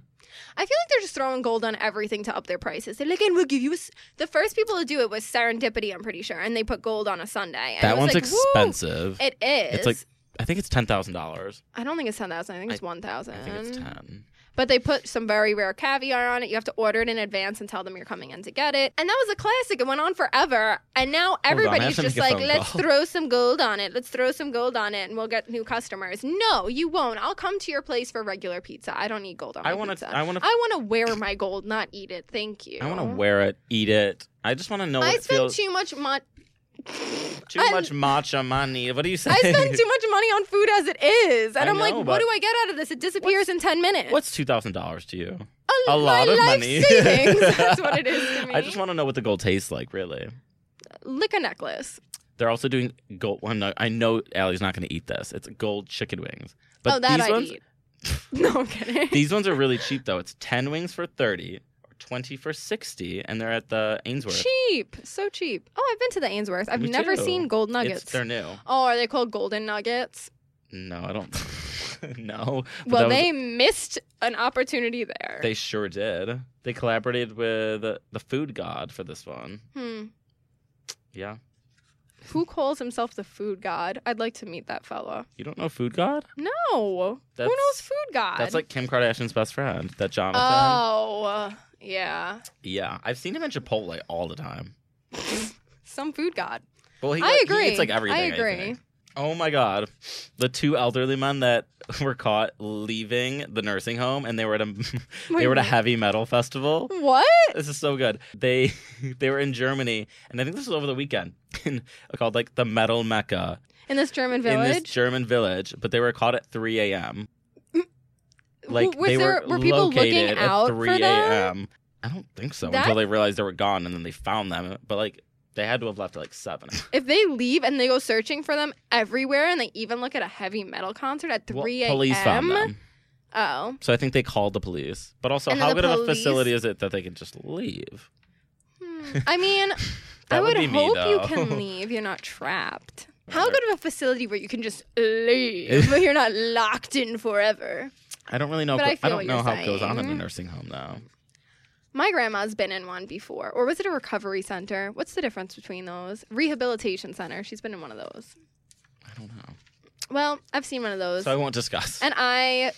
S1: I feel like they're just throwing gold on everything to up their prices. They're like, and we'll give you a s-" The first people to do it was Serendipity, I'm pretty sure, and they put gold on a Sunday. And
S2: that
S1: it was
S2: one's
S1: like, woo!
S2: expensive.
S1: It is.
S2: It's like I think it's ten thousand dollars.
S1: I don't think it's ten thousand. I think it's one thousand.
S2: I think it's ten.
S1: But they put some very rare caviar on it. You have to order it in advance and tell them you're coming in to get it. And that was a classic. It went on forever. And now
S2: I have
S1: everybody's
S2: to
S1: just
S2: make a
S1: like,
S2: phone
S1: let's
S2: call."
S1: throw some gold on it. Let's throw some gold on it and we'll get new customers. No, you won't. I'll come to your place for regular pizza. I don't need gold on my
S2: I want
S1: pizza.
S2: to. I want to.
S1: I want to wear my gold, not eat it. Thank you.
S2: I want to wear it, eat it. I just want to know what
S1: I
S2: it
S1: spend
S2: feels.
S1: too much money.
S2: Too much matcha money. What do you say?
S1: I spend too much money on food as it is, and
S2: I
S1: I am like,
S2: know,
S1: what
S2: but-
S1: do I get out of this? It disappears in ten minutes.
S2: What's two thousand dollars to you?
S1: a,
S2: A lot
S1: my
S2: of
S1: life
S2: money.
S1: Savings. That's what it is to me.
S2: I just want to know what the gold tastes like. Really,
S1: lick a necklace.
S2: they're also doing gold. Well, no, I know Allie's not going to eat this. It's gold chicken wings. But
S1: oh, that
S2: these
S1: I
S2: ones,
S1: eat. No, I'm kidding.
S2: These ones are really cheap though. It's ten wings for thirty or twenty for sixty, and they're at the Ainsworth.
S1: cheap, so cheap. Oh, I've been to the Ainsworth. I've
S2: Me
S1: never
S2: too.
S1: seen gold
S2: It's,
S1: nuggets.
S2: they're new.
S1: Oh, are they called golden nuggets?
S2: No, I don't. no. But
S1: well,
S2: that was-
S1: they missed an opportunity there.
S2: They sure did. They collaborated with uh, the food god for this one.
S1: hmm.
S2: Yeah.
S1: Who calls himself the food god? I'd like to meet that fella.
S2: You don't know food god?
S1: No.
S2: That's-
S1: Who knows food god?
S2: That's like Kim Kardashian's best friend, that Jonathan.
S1: Oh, yeah.
S2: yeah. I've seen him in Chipotle all the time.
S1: Some food god.
S2: Well, he,
S1: I
S2: like,
S1: agree.
S2: He eats like
S1: I
S2: everything.
S1: agree.
S2: think. Oh my god, the two elderly men that were caught leaving the nursing home, and they were at a
S1: Wait,
S2: they were at a
S1: what?
S2: heavy metal festival.
S1: What?
S2: This is so good. They they were in Germany, and I think this was over the weekend, in, called like the metal mecca
S1: In this German
S2: in this
S1: village?
S2: German village. But they were caught at 3 a.m.
S1: Who-
S2: Like
S1: was
S2: they
S1: there,
S2: were,
S1: were people
S2: located
S1: looking out
S2: at 3
S1: for them?
S2: a.m. I don't think so
S1: That-
S2: until they realized they were gone, and then they found them. But like they had to have left at like seven.
S1: If they leave and they go searching for them everywhere and they even look at a heavy metal concert at
S2: Well,
S1: 3 a.m.
S2: police found them.
S1: Oh.
S2: So I think they called the police. But also,
S1: And then
S2: how
S1: the
S2: good of a
S1: police-
S2: facility is it that they can just leave?
S1: Hmm. I mean, I
S2: That would
S1: would,
S2: be me,
S1: hope you
S2: though.
S1: can leave. You're not trapped.
S2: I
S1: How
S2: never-
S1: good of a facility where you can just leave, but you're not locked in forever?
S2: I don't really know.
S1: But I
S2: I,
S1: feel
S2: don't
S1: what
S2: know
S1: you're
S2: how it goes on in a
S1: saying.
S2: nursing home though.
S1: My grandma's been in one before. Or was it a recovery center? What's the difference between those? Rehabilitation center. She's been in one of those.
S2: I don't know.
S1: Well, I've seen one of those.
S2: So I won't discuss.
S1: and I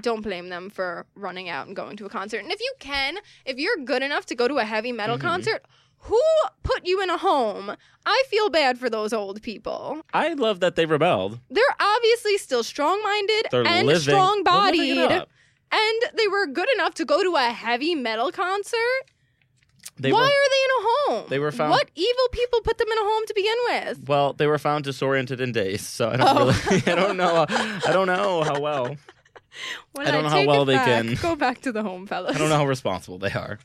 S1: don't blame them for running out and going to a concert. And if you can, if you're good enough to go to a heavy metal
S2: Mhm.
S1: concert, who put you in a home? I feel bad for those old people.
S2: I love that they rebelled.
S1: They're obviously still strong minded
S2: They're
S1: and
S2: living
S1: strong
S2: they're living it
S1: bodied.
S2: up.
S1: And they were good enough to go to a heavy metal concert.
S2: They
S1: Why
S2: were
S1: are they in a home?
S2: they were found-
S1: What evil people put them in a home to begin with?
S2: well, they were found disoriented and dazed. So I don't
S1: Oh.
S2: really, I don't know, I don't know how well,
S1: When
S2: I don't know how
S1: take
S2: well
S1: it
S2: they
S1: back,
S2: can-
S1: go back to the home, fellas.
S2: I don't know how responsible they are.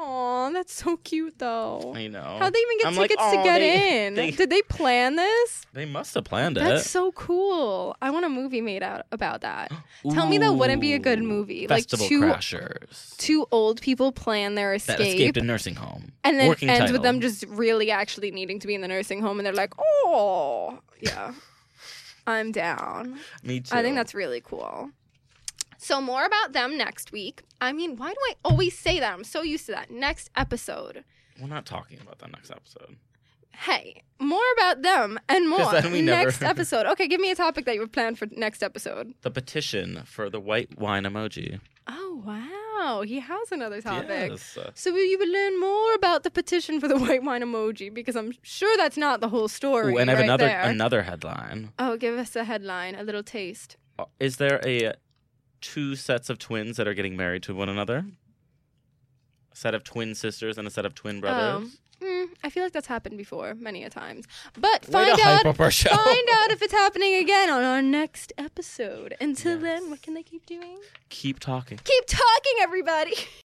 S1: Aw, that's so cute though.
S2: You know,
S1: How'd they even get
S2: I'm like,
S1: tickets
S2: "Aw,
S1: to get
S2: they-
S1: in?
S2: they-
S1: Did they plan this?
S2: They must have planned it.
S1: That's so cool. I want a movie made out about that. tell me that wouldn't be a good
S2: Ooh,
S1: movie, like
S2: Festival
S1: two-
S2: crashers
S1: Two old people plan their escape.
S2: that escaped a nursing home,
S1: and then it
S2: Working
S1: ends
S2: title.
S1: with them just really actually needing to be in the nursing home and they're like, "Oh, yeah. I'm down."
S2: Me too.
S1: I think that's really cool. So more about them next week. I mean, why do I always say that? I'm so used to that. Next episode.
S2: We're not talking about that next episode.
S1: Hey, more about them and more
S2: 'Cause then we never-
S1: next episode. Okay, give me a topic that you have planned for next episode.
S2: The petition for the white wine emoji.
S1: Oh wow, he has another topic.
S2: Yes. Uh,
S1: So we would learn more about the petition for the white wine emoji because I'm sure that's not the whole story.
S2: ooh, and I have
S1: right
S2: another
S1: there.
S2: another headline.
S1: Oh, give us a headline, a little taste.
S2: Uh, Is there a two sets of twins that are getting married to one another? A set of twin sisters and a set of twin brothers.
S1: Mm, I feel like that's happened before many a times. But
S2: Way to
S1: find
S2: hype
S1: out
S2: up our show.
S1: find out if it's happening again on our next episode. Until then,
S2: Yes.
S1: what can they keep doing?
S2: Keep talking.
S1: Keep talking everybody.